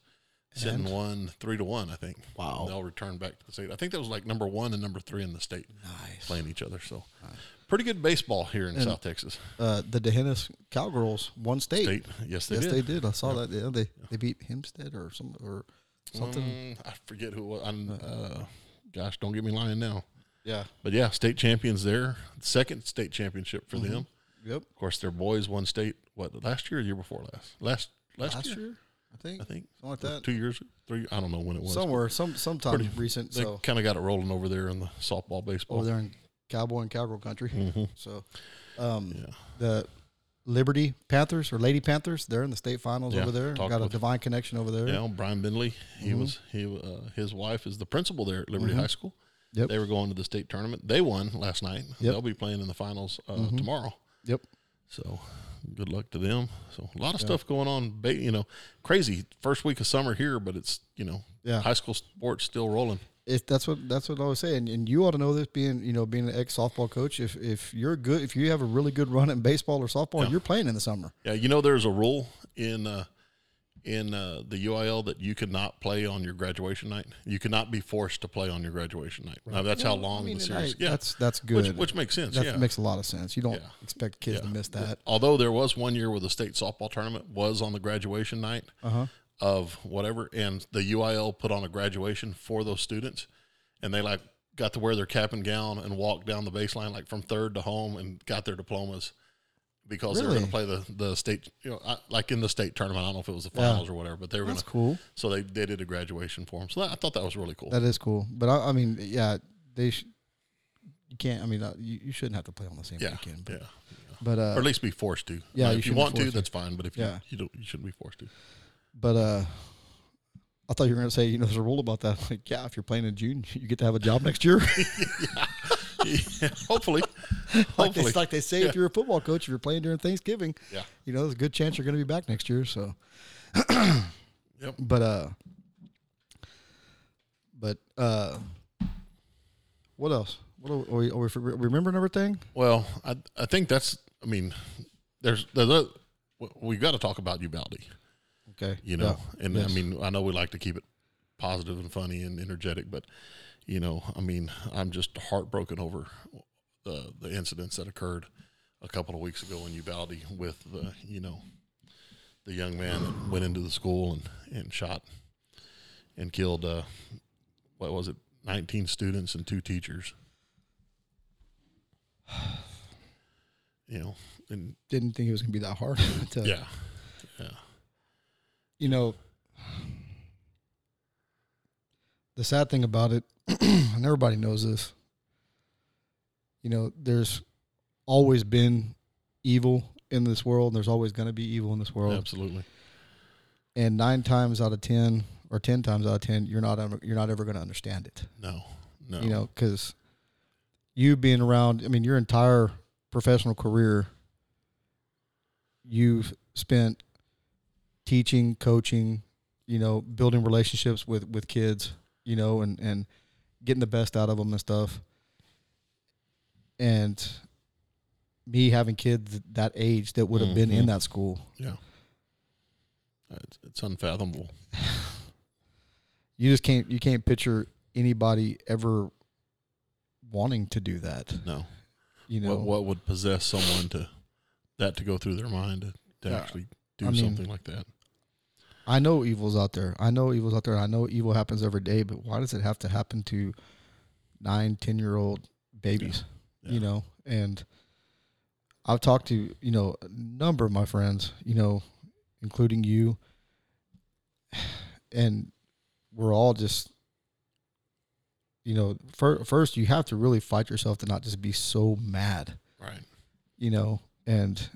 A: Sinton won three to one, I think.
B: Wow.
A: And they'll return back to the state. I think that was like number one and number three in the state
B: Nice.
A: playing each other. So pretty good baseball here in South Texas.
B: Uh, the Dehennis Cowgirls won state.
A: State. Yes, they
B: yes,
A: did.
B: they did. I saw that. Yeah, they they beat Hempstead or some or something. Uh-uh.
A: Mm, I forget who it was. I'm, uh, gosh, don't get me lying now.
B: yeah.
A: But yeah, state champions there. Second state championship for them.
B: Yep.
A: Of course, their boys won state what last year or year before last. Last last,
B: Last
A: year,
B: year, I think.
A: I think.
B: Something like that.
A: Two years, three. I don't know when it was.
B: somewhere, some sometime
A: Pretty-
B: recent.
A: They
B: So
A: kind of got it rolling over there in the softball, baseball.
B: over there in cowboy and cowgirl country. So, um,
A: Mm-hmm. Yeah.
B: the Liberty Panthers or Lady Panthers. They're in the state finals
A: Yeah,
B: over there.
A: talked
B: Got a
A: with-
B: divine connection over there. Mm-hmm.
A: Yeah, Brian Bindley. He was he uh, his wife is the principal there at Liberty High School.
B: Yep.
A: They were going to the state tournament. They won last night.
B: Yep.
A: They'll be playing in the finals uh,
B: Mhm.
A: tomorrow.
B: Yep.
A: So good luck to them. So a lot of stuff going on. Ba- You know, crazy first week of summer here, but it's you know
B: Yeah.
A: high school sports still rolling.
B: If that's what that's what I always say, and, and you ought to know this, being you know being an ex softball coach. If if you're good, if you have a really good run in baseball or softball, you're playing in the summer.
A: Yeah, you know there's a rule in uh, in uh, the UIL that you cannot play on your graduation night. You cannot be forced to play on your graduation night. Now that's how long
B: I mean,
A: the series.
B: I-
A: yeah,
B: that's that's good.
A: which which makes sense.
B: that
A: yeah.
B: makes a lot of sense. You don't
A: Yeah.
B: expect kids to
A: Yeah.
B: miss that.
A: Although there was one year where the state softball tournament was on the graduation night
B: Uh-huh.
A: of whatever, and the UIL put on a graduation for those students, and they like got to wear their cap and gown and walk down the baseline like from third to home and got their diplomas because they were going
B: Really?
A: to play the the state, you know, I, like in the state tournament. I don't know if it was the finals or whatever, but they were going
B: That's
A: to.
B: cool.
A: So they, they did a graduation for them. So that, I thought that was really cool.
B: That is cool. But I, I mean, yeah, they sh- you can't. I mean, uh, you, you shouldn't have to play on the same
A: yeah,
B: weekend. But,
A: yeah,
B: but uh,
A: or at least be forced to.
B: yeah,
A: Now,
B: you
A: if you
B: shouldn't be
A: want to,
B: forced to.
A: that's fine. But if
B: Yeah.
A: you you don't, you shouldn't be forced to.
B: But uh, I thought you were going to say, you know, there's a rule about that. *laughs* Like, yeah, if you're playing in June, *laughs* you get to have a job next year. *laughs*
A: Yeah, *laughs* hopefully,
B: like,
A: hopefully,
B: it's like they say, if you're a football coach, if you're playing during Thanksgiving,
A: Yeah.
B: you know, there's a good chance you're going to be back next year. So,
A: *clears throat* Yep.
B: But uh, but uh, what else? What are, are we, are we for- remembering everything?
A: Well, I I think that's. I mean, there's there's a, we've got to talk about ubality,
B: Okay,
A: you know. And
B: Yes.
A: I mean, I know we like to keep it positive and funny and energetic, but you know, I mean, I'm just heartbroken over the the incidents that occurred a couple of weeks ago in ubality with the you know the young man that went into the school and and shot and killed uh what was it 19 students and two teachers *sighs* you know and
B: didn't think it was going to be that hard. *laughs* to,
A: yeah yeah
B: you know, the sad thing about it, *clears throat* and everybody knows this, you know, there's always been evil in this world, and there's always going to be evil in this world.
A: absolutely
B: And nine times out of ten, or ten times out of ten, you're not ever, you're not ever going to understand it.
A: no no
B: You know, because you being around, I mean, your entire professional career, you've spent teaching, coaching, you know, building relationships with with kids, you know, and and getting the best out of them and stuff. And me having kids that age that would have been in
A: Mhm.
B: that school,
A: yeah it's, it's unfathomable
B: you just can't you can't picture anybody ever wanting to do that.
A: no
B: You know,
A: what, what would possess someone to that to go through their mind to, to
B: Yeah.
A: actually do
B: I mean-
A: something like that
B: I know evil's out there. I know evil's out there. I know evil happens every day, but why does it have to happen to nine, ten year old babies?
A: Yeah.
B: You know, and I've talked to, you know, a number of my friends, you know, including you, *sighs* and we're all just you know, fir- first you have to really fight yourself to not just be so mad
A: right
B: you know, and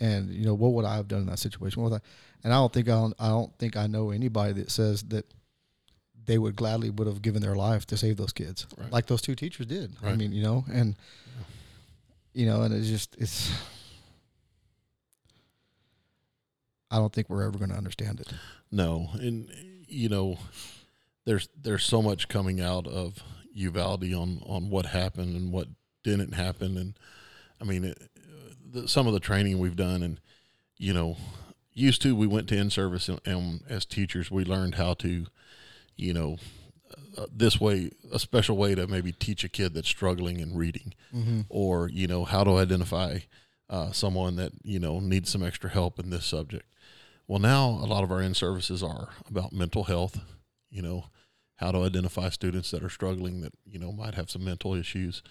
B: and you know what would I have done in that situation? What would I, and I don't think I don't, I don't think I know anybody that says that they would gladly would have given their life to save those kids,
A: Right.
B: like those two teachers did. I
A: Right.
B: mean, you know, and you know, and it's just it's. I don't think we're ever going to understand it.
A: No, and you know, there's there's so much coming out of Uvalde on on what happened and what didn't happen, and I mean, it, the, some of the training we've done, and you know, used to we went to in service, and, and as teachers, we learned how to, you know. Uh, this way, a special way to maybe teach a kid that's struggling in reading, or you know how to identify uh, someone that you know needs some extra help in this subject. Well, now a lot of our in services are about mental health, you know, how to identify students that are struggling that, you know, might have some mental issues,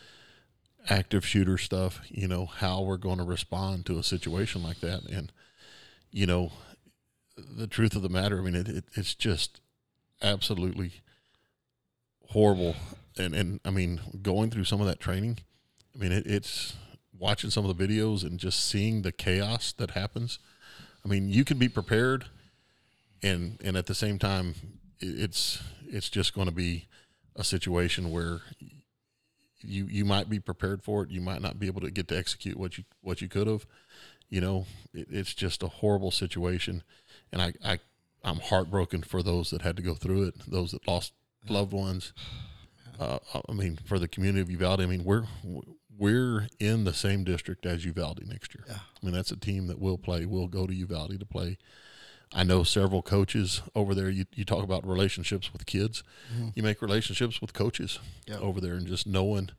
A: active shooter stuff, you know, how we're going to respond to a situation like that. And, you know, the truth of the matter, I mean, it, it, it's just absolutely horrible. And, and I mean, going through some of that training, I mean, it, it's watching some of the videos and just seeing the chaos that happens. I mean, you can be prepared, and and at the same time, i- it's it's just going to be a situation where you you might be prepared for it, you might not be able to get to execute what you what you could have. You know, it, it's just a horrible situation, and I I I'm heartbroken for those that had to go through it, those that lost loved ones. Uh, I mean, for the community of Uvalde, I mean we're we're in the same district as Uvalde next year.
B: Yeah.
A: I mean that's a team that will play. will go to Uvalde to play. I know several coaches over there. You, you talk about relationships with kids. You make relationships with coaches
B: Mm-hmm. Yeah.
A: over there, and just knowing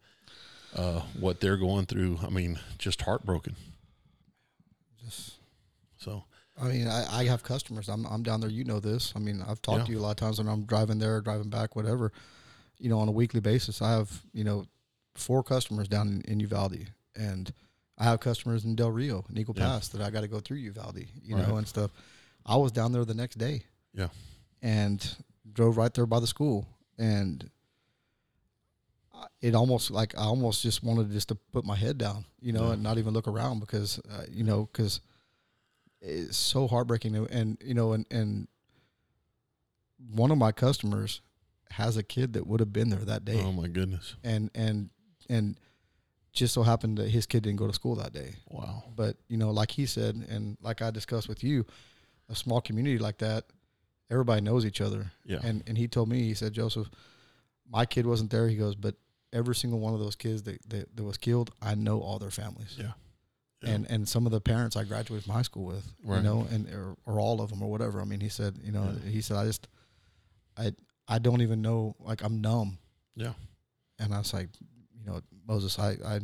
A: uh, what they're going through. I mean, just heartbroken.
B: Just,
A: So
B: I mean, I, I have customers. I'm, I'm down there. You know this. I mean, I've talked
A: Yeah.
B: to you a lot of times when I'm driving there, driving back, whatever. You know, on a weekly basis, I have you know four customers down in, in Uvalde, and I have customers in Del Rio and Eagle
A: Yeah.
B: Pass that I got to go through Uvalde, you
A: Right.
B: know, and stuff. I was down there the next day.
A: Yeah.
B: and drove right there by the school, and I- it almost like I almost just wanted just to put my head down, you know,
A: Yeah.
B: and not even look around because uh, you know because it's so heartbreaking and, and you know and and one of my customers has a kid that would have been there that day
A: oh my goodness,
B: and and and just so happened that his kid didn't go to school that day
A: wow,
B: but you know like he said and like I discussed with you a small community like that everybody knows each other
A: yeah,
B: and and he told me, he said, Joseph, my kid wasn't there. He goes, but every single one of those kids that that, that was killed, I know all their families.
A: Yeah. Yeah.
B: And and some of the parents I graduated from high school with,
A: Right.
B: you know, and or, or all of them or whatever. I mean, he said, you know,
A: Yeah.
B: he said, I just, I I don't even know, like I'm numb.
A: Yeah.
B: And I was like, you know, Moses, I I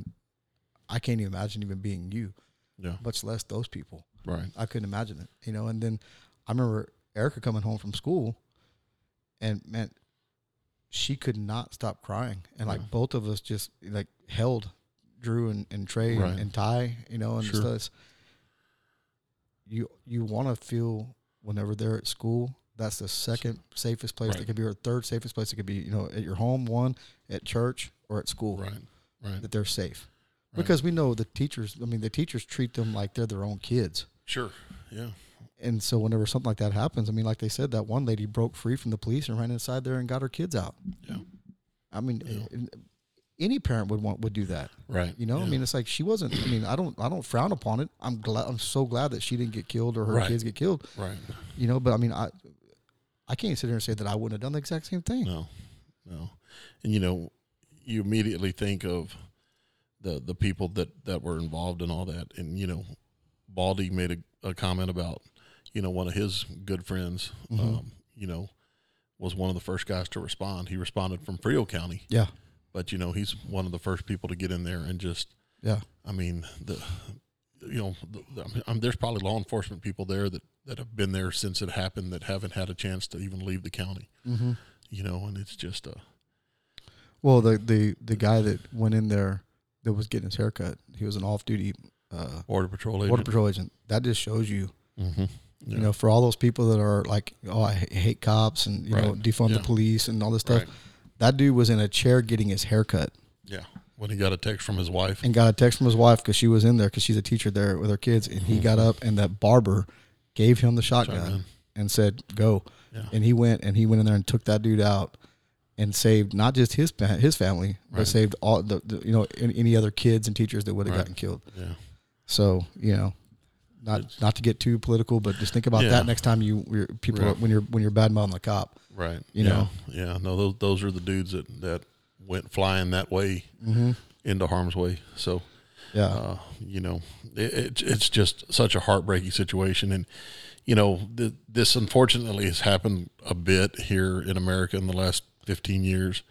B: I can't even imagine even being you,
A: yeah,
B: much less those people.
A: right,
B: I couldn't imagine it, you know. And then I remember Erica coming home from school, and man, she could not stop crying, and like
A: Yeah.
B: both of us just like held Drew and, and Trey and-
A: Right.
B: and, Ty, you know, and
A: Sure.
B: stuff. You you want to feel whenever they're at school. That's the second safest place
A: Right.
B: that could be, or third safest place that could be. You know, at your home, one at church or at school,
A: right, right,
B: that they're safe.
A: Right.
B: Because we know the teachers. I mean, the teachers treat them like they're their own kids.
A: sure, yeah,
B: And so whenever something like that happens, I mean, like they said, that one lady broke free from the police and ran inside there and got her kids out.
A: Yeah.
B: I mean,
A: Yeah.
B: and any parent would want would do that.
A: right,
B: You know,
A: yeah.
B: I mean, it's like she wasn't. I mean, I don't, I don't frown upon it. I'm glad. I'm so glad that she didn't get killed or her
A: Right.
B: kids get killed.
A: right,
B: You know, but I mean, I, I can't sit here and say that I wouldn't have done the exact same thing.
A: no, no, and you know, you immediately think of the the people that that were involved in all that, and you know, Baldy made a, a comment about you know one of his good friends, um, you know, was one of the first guys to respond. He responded from Frio County.
B: Yeah,
A: but you know he's one of the first people to get in there and just
B: yeah,
A: i mean the you know the, the- I mean, I'm- there's probably law enforcement people there that that have been there since it happened that haven't had a chance to even leave the county
B: mm-hmm.
A: you know and it's just a
B: Well, the the the guy that went in there that was getting his haircut, he was an off duty uh,
A: border patrol agent
B: border patrol agent. That just shows you
A: mm-hmm.
B: you know, for all those people that are like, oh, I h- hate cops and you know,
A: Right.
B: defund
A: Yeah.
B: the police and all this stuff.
A: Right.
B: That dude was in a chair getting his hair cut
A: yeah when he got a text from his wife
B: and got a text from his wife because she was in there because she's a teacher there with her kids. And he got up and that barber gave him the shotgun,
A: Mm-hmm. Shotgun.
B: and said, "Go."
A: Yeah.
B: And he went and he went in there and took that dude out and saved not just his fa- his family, but
A: Right.
B: saved all the, the you know any, any other kids and teachers that would have
A: Right.
B: gotten killed.
A: yeah
B: So you know, not not to get too political, but just think about
A: Yeah.
B: that next time you you're, people
A: Yeah.
B: when you're when you're bad mouthing the cop.
A: right
B: You
A: yeah.
B: know.
A: yeah no those those are the dudes that that went flying that way
B: Mm-hmm.
A: into harm's way so
B: Yeah,
A: uh, you know, it, it, it's just such a heartbreaking situation. And, you know, th- this unfortunately has happened a bit here in America in the last 15 years.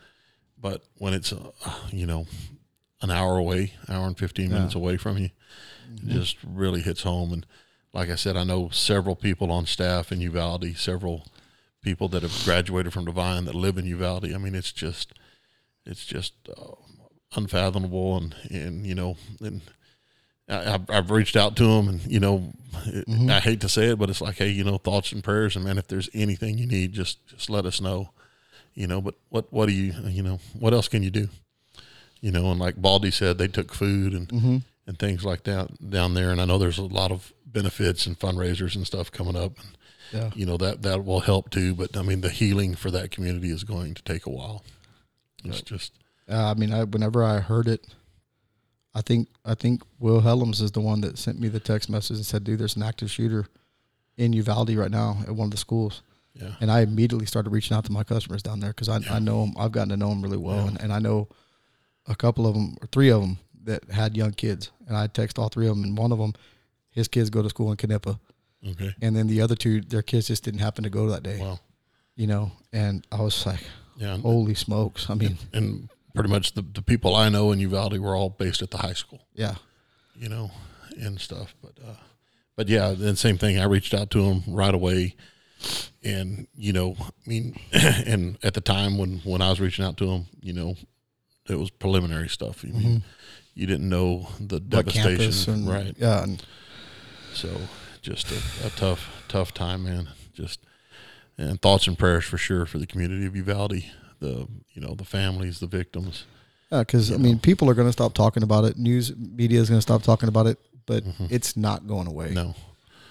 A: But when it's, uh, you know, an hour away, hour and 15 minutes away from you, it just really hits home. And like I said, I know several people on staff in Uvalde, several people that have graduated from Divine that live in Uvalde. I mean, it's just, it's just uh, unfathomable. And, and, you know, and I, I've- I've reached out to him and, you know, it, I hate to say it, but it's like, hey, you know, thoughts and prayers. And man, if there's anything you need, just, just let us know, you know, but what, what do you, you know, what else can you do? You know, and like Baldy said, they took food and, and things like that down there. And I know there's a lot of benefits and fundraisers and stuff coming up. And,
B: Yeah.
A: you know that that will help too. But I mean, the healing for that community is going to take a while. It's just
B: Uh, I mean, I, whenever I heard it, I think I think Will Helms is the one that sent me the text message and said, "Dude, there's an active shooter in Uvalde right now at one of the schools."
A: yeah,
B: And I immediately started reaching out to my customers down there because I, I know them. I've gotten to know them really well,
A: Yeah.
B: and, and I know a couple of them or three of them that had young kids, and I text all three of them, and one of them, his kids go to school in Canepa,
A: okay,
B: and then the other two, their kids just didn't happen to go that day,
A: wow,
B: you know. And I was like,
A: yeah, and,
B: "Holy smokes!" I mean,
A: and pretty much the the people I know in Uvalde were all based at the high school.
B: yeah,
A: you know, and stuff. But uh, but yeah, then same thing. I reached out to him right away, and you know, I mean, *clears throat* and at the time when when I was reaching out to him, you know, it was preliminary stuff. You mean, you didn't know the
B: Mm-hmm. What campus
A: Mm-hmm. devastation,
B: and-
A: right?
B: Yeah, and
A: So just a, a tough tough time, man. Just and thoughts and prayers for sure for the community of Uvalde, the you know the families, the victims.
B: because I mean, people are going to stop talking about it. News media is going to stop talking about it, but it's not going away.
A: Mm-hmm. No,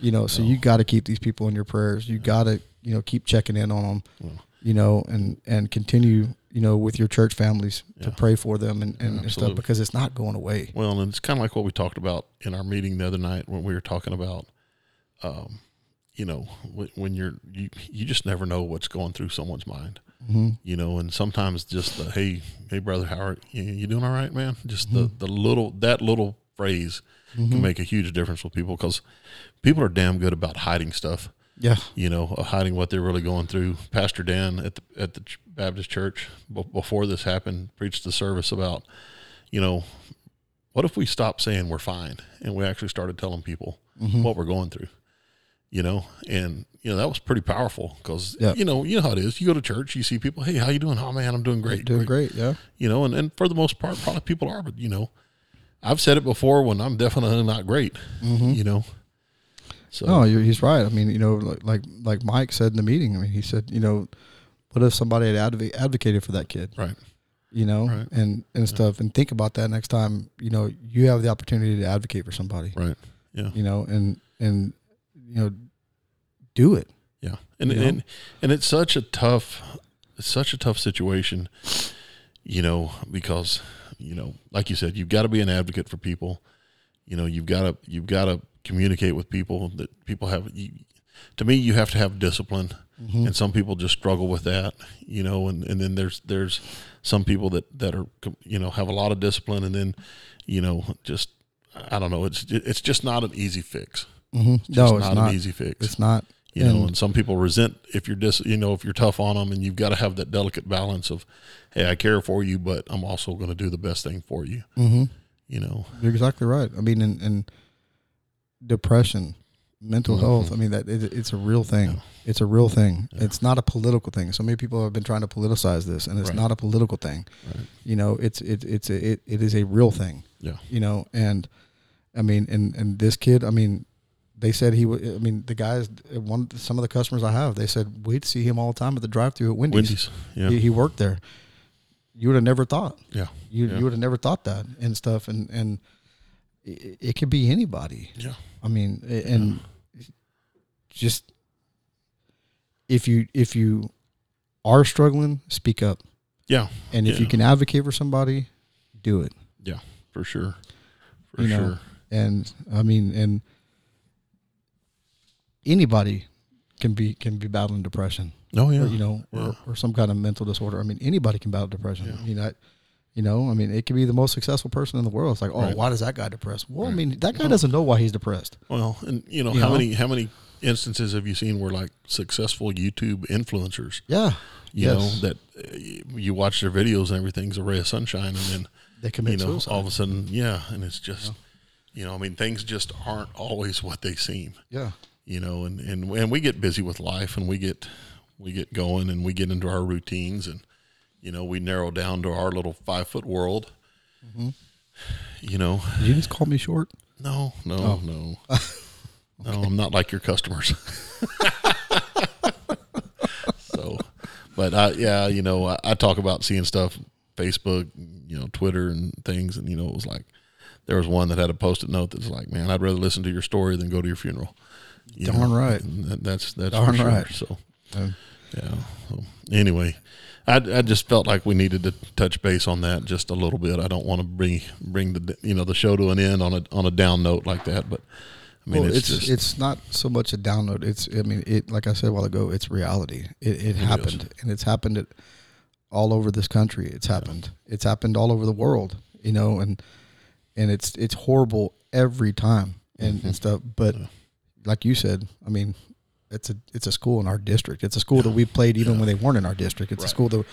B: You know, so you got to keep these people in your prayers. You got to, you know, keep checking in on them. You know, and and continue, you know, with your church families to pray for them and, and, and stuff
A: absolutely.
B: because it's not going away.
A: Well, and it's kind of like what we talked about in our meeting the other night when we were talking about, um, you know, wh- when you're you, you just never know what's going through someone's mind,
B: hmm
A: you know, and sometimes just the hey, hey brother, how are you, you doing? All right, man. Just the the little that little phrase
B: Mm-hmm.
A: can make a huge difference with people because people are damn good about hiding stuff
B: Yeah,
A: you know, of hiding what they're really going through. Pastor Dan at the at the ch- Baptist Church b- before this happened preached the service about, you know, what if we stopped saying we're fine and we actually started telling people
B: Mm-hmm.
A: what we're going through, you know, and you know that was pretty powerful because
B: Yeah.
A: you know you know how it is. You go to church, you see people, hey, how you doing? Oh man, I'm doing great,
B: doing great. Yeah,
A: you know, and, and for the most part, probably people are, but you know, I've said it before when I'm definitely not great, you know. So
B: Mm-hmm. no, you're, he's right. I mean, you know, like, like like Mike said in the meeting. I mean, he said, you know, what if somebody had adv- advocated for that kid?
A: right,
B: you know,
A: Right.
B: and and stuff, and think about that next time. You know, you have the opportunity to advocate for somebody.
A: right, yeah.
B: You know, and and you know, do it.
A: Yeah, and
B: You know?
A: and and it's such a tough, it's such a tough situation, you know, because you know, like you said, you've got to be an advocate for people. You know, you've got to you've got to communicate with people that people have. You, to me, you have to have discipline,
B: Mm-hmm.
A: and some people just struggle with that. You know, and and then there's there's some people that that are you know have a lot of discipline, and then you know just I don't know. It's it's just not an easy fix. Just
B: Mm-hmm. no, it's
A: not,
B: not.
A: an easy fix
B: It's not.
A: you know,
B: And-
A: and some people resent if you're dis, you know, if you're tough on them, and you've got to have that delicate balance of, hey, I care for you, but I'm also going to do the best thing for you.
B: hmm
A: You know,
B: You're exactly right. I mean, and, and depression, mental
A: Mm-hmm.
B: health. I mean, that it, it's a real thing. It's a real thing. It's not a political thing. So many people have been trying to politicize this, and it's
A: Right.
B: not a political thing. You know, it's it, it's a, it, it is a real thing.
A: yeah,
B: you know and i mean and and this kid i mean they said he wa- i mean the guys one some of the customers i have they said we'd see him all the time at the drive-through at wendy's,
A: Wendy's, yeah,
B: He, he worked there you would have never thought
A: yeah,
B: you
A: Yeah.
B: you would have never thought that and stuff and and it, it could be anybody
A: yeah,
B: i mean a- and just if you if you are struggling speak up
A: yeah,
B: and if you
A: Yeah.
B: can advocate for somebody do it
A: yeah, for sure, for
B: You
A: sure.
B: know, and I mean, and anybody can be can be battling depression,
A: No, yeah,
B: or, you know,
A: yeah.
B: or, or some kind of mental disorder. I mean, anybody can battle depression. You know, I- you know, I mean, it could be the most successful person in the world. It's like, oh,
A: Right.
B: why does that guy depressed? Well, I mean, that guy doesn't know why he's depressed.
A: Well, and you know,
B: You
A: how
B: know?
A: many how many instances have you seen where like successful YouTube influencers,
B: Yeah,
A: you
B: Yes.
A: know, that uh, you watch their videos and everything's a ray of sunshine, and then
B: they
A: you
B: commit
A: know,
B: suicide.
A: all of a sudden, yeah, and it's just, you know, I mean, things just aren't always what they seem,
B: yeah,
A: you know, and and and we get busy with life, and we get we get going, and we get into our routines, and you know, we narrow down to our little five foot world. You know,
B: Did you just call me short.
A: no,
B: Oh.
A: no,
B: *laughs*
A: no, no, I'm not like your customers. *laughs* so, but I, yeah, you know, I, I talk about seeing stuff, Facebook, you know, Twitter and things, and you know, it was like, there was one that had a post-it note that's like, "Man, I'd rather listen to your story than go to your funeral." You
B: Darn right.
A: and that- that's that's
B: Darn
A: for sure.
B: right.
A: So
B: Yeah.
A: yeah. So, anyway, I I just felt like we needed to touch base on that just a little bit. I don't want to bring bring the you know the show to an end on a on a down note like that, but I mean
B: well,
A: it's,
B: it's
A: just
B: it's not so much a download. It's I mean it like I said a while ago. It's reality. It, it happened, and it's happened at, all over this country. It's happened. It's happened all over the world. You know, and and it's it's horrible every time and, and stuff. But
A: Mm-hmm. Yeah.
B: like you said, I mean, it's a it's a school in our district. It's a school that we played even when they weren't in our district. It's a
A: Right.
B: school that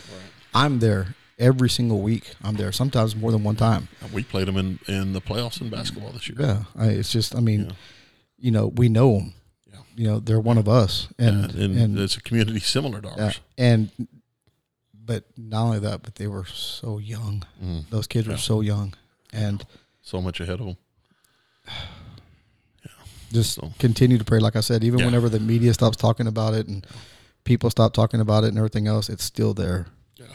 B: I'm there every single week. I'm there sometimes more than one time.
A: we played them in in the playoffs in basketball this year.
B: Yeah, I, it's just I mean,
A: Yeah.
B: you know, we know them.
A: Yeah.
B: You know, they're one of us, and
A: And, and,
B: and
A: it's a community similar to
B: yeah,
A: ours.
B: and but not only that, but they were so young.
A: Mm.
B: Those kids
A: Yeah.
B: were so young, and
A: So much ahead of them.
B: just
A: So-
B: continue to pray. Like I said, even
A: Yeah.
B: whenever the media stops talking about it and people stop talking about it and everything else, it's still there,
A: Yeah,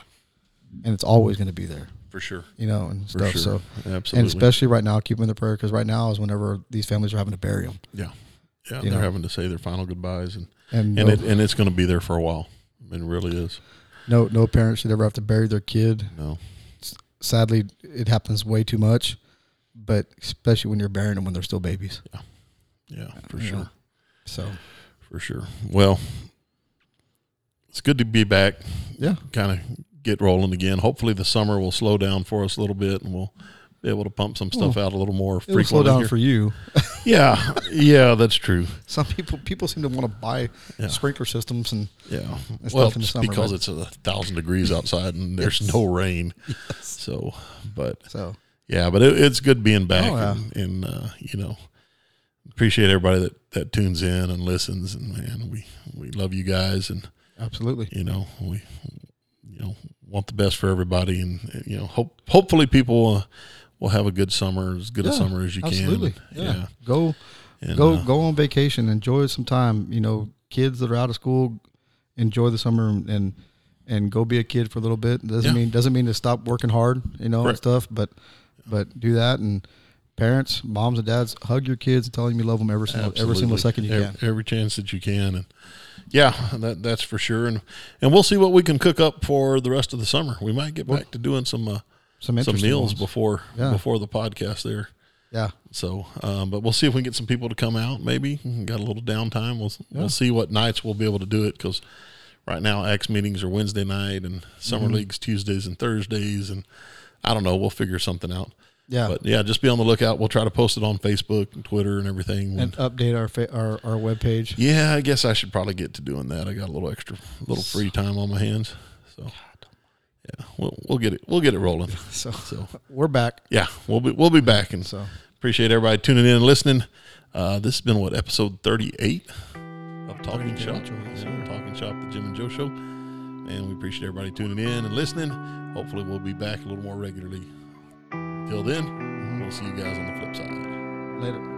B: and it's always going to be there.
A: for sure.
B: You know, and
A: For
B: stuff.
A: sure.
B: So,
A: Absolutely.
B: and especially right now, keep them in the prayer because right now is whenever these families are having to bury them,
A: yeah, yeah.
B: you
A: They're
B: know.
A: having to say their final goodbyes, and
B: and
A: and
B: no,
A: it and it's going to be there for a while. It really is.
B: no no parent should ever have to bury their kid.
A: No.
B: sadly it happens way too much but especially when you're burying them when they're still babies
A: Yeah, for
B: Yeah.
A: sure.
B: so
A: For sure. Well, it's good to be back.
B: yeah
A: Kind of get rolling again. Hopefully, the summer will slow down for us a little bit, and we'll be able to pump some stuff out a little more
B: Hmm. it'll
A: frequently.
B: slow down
A: here.
B: for you
A: yeah, yeah, that's true.
B: *laughs* some people people seem to want to buy
A: Yeah.
B: sprinkler systems and
A: Yeah,
B: It's
A: well,
B: tough in the
A: it's
B: summer,
A: because
B: right?
A: it's a thousand degrees outside
B: *laughs*
A: and there's no rain. So, but
B: so
A: yeah, but it, it's good being back,
B: Oh, yeah.
A: and, and uh, you know, appreciate everybody that that tunes in and listens. And man, we we love you guys, and
B: absolutely
A: you know we you know want the best for everybody, and and, you know hope hopefully people will, will have a good summer, as good a
B: Yeah,
A: summer as you
B: absolutely
A: can.
B: yeah. go
A: And,
B: go
A: uh,
B: go on vacation enjoy some time you know kids that are out of school enjoy the summer and and, and go be a kid for a little bit doesn't
A: Yeah.
B: mean doesn't mean to stop working hard you know
A: Right.
B: and stuff but but do that and parents moms and dads hug your kids and tell them you love them every single every single
A: Absolutely.
B: second you
A: Ev-
B: can
A: every, chance that you can, and yeah, that that's for sure. And and we'll see what we can cook up for the rest of the summer. We might get back to doing some uh,
B: some
A: some
B: interesting
A: meals
B: ones.
A: before
B: Yeah.
A: before the podcast there.
B: yeah
A: So, um, but we'll see if we can get some people to come out. Maybe got a little downtime. We'll s
B: Yeah.
A: we'll see what nights we'll be able to do it because right now X meetings are Wednesday night and summer
B: Mm-hmm.
A: leagues Tuesdays and Thursdays, and I don't know. We'll figure something out.
B: yeah
A: But yeah, just be on the lookout. We'll try to post it on Facebook and Twitter and everything. when-
B: and update our fa- our our webpage
A: *laughs* yeah, I guess I should probably get to doing that. I got a little extra, little free time on my hands, so yeah, we'll we'll get it, we'll get it rolling.
B: so
A: So
B: *laughs* we're back
A: yeah, we'll be we'll be back, and
B: so
A: appreciate everybody tuning in and listening. Uh, this has been what episode thirty eight of Talking
B: Jim
A: Shop,
B: and Joe, yes,
A: Yeah, Talking Shop, the Jim and Joe Show, and we appreciate everybody tuning in and listening. Hopefully, we'll be back a little more regularly. Till then, we'll see you guys on the flip side.
B: mm-hmm. later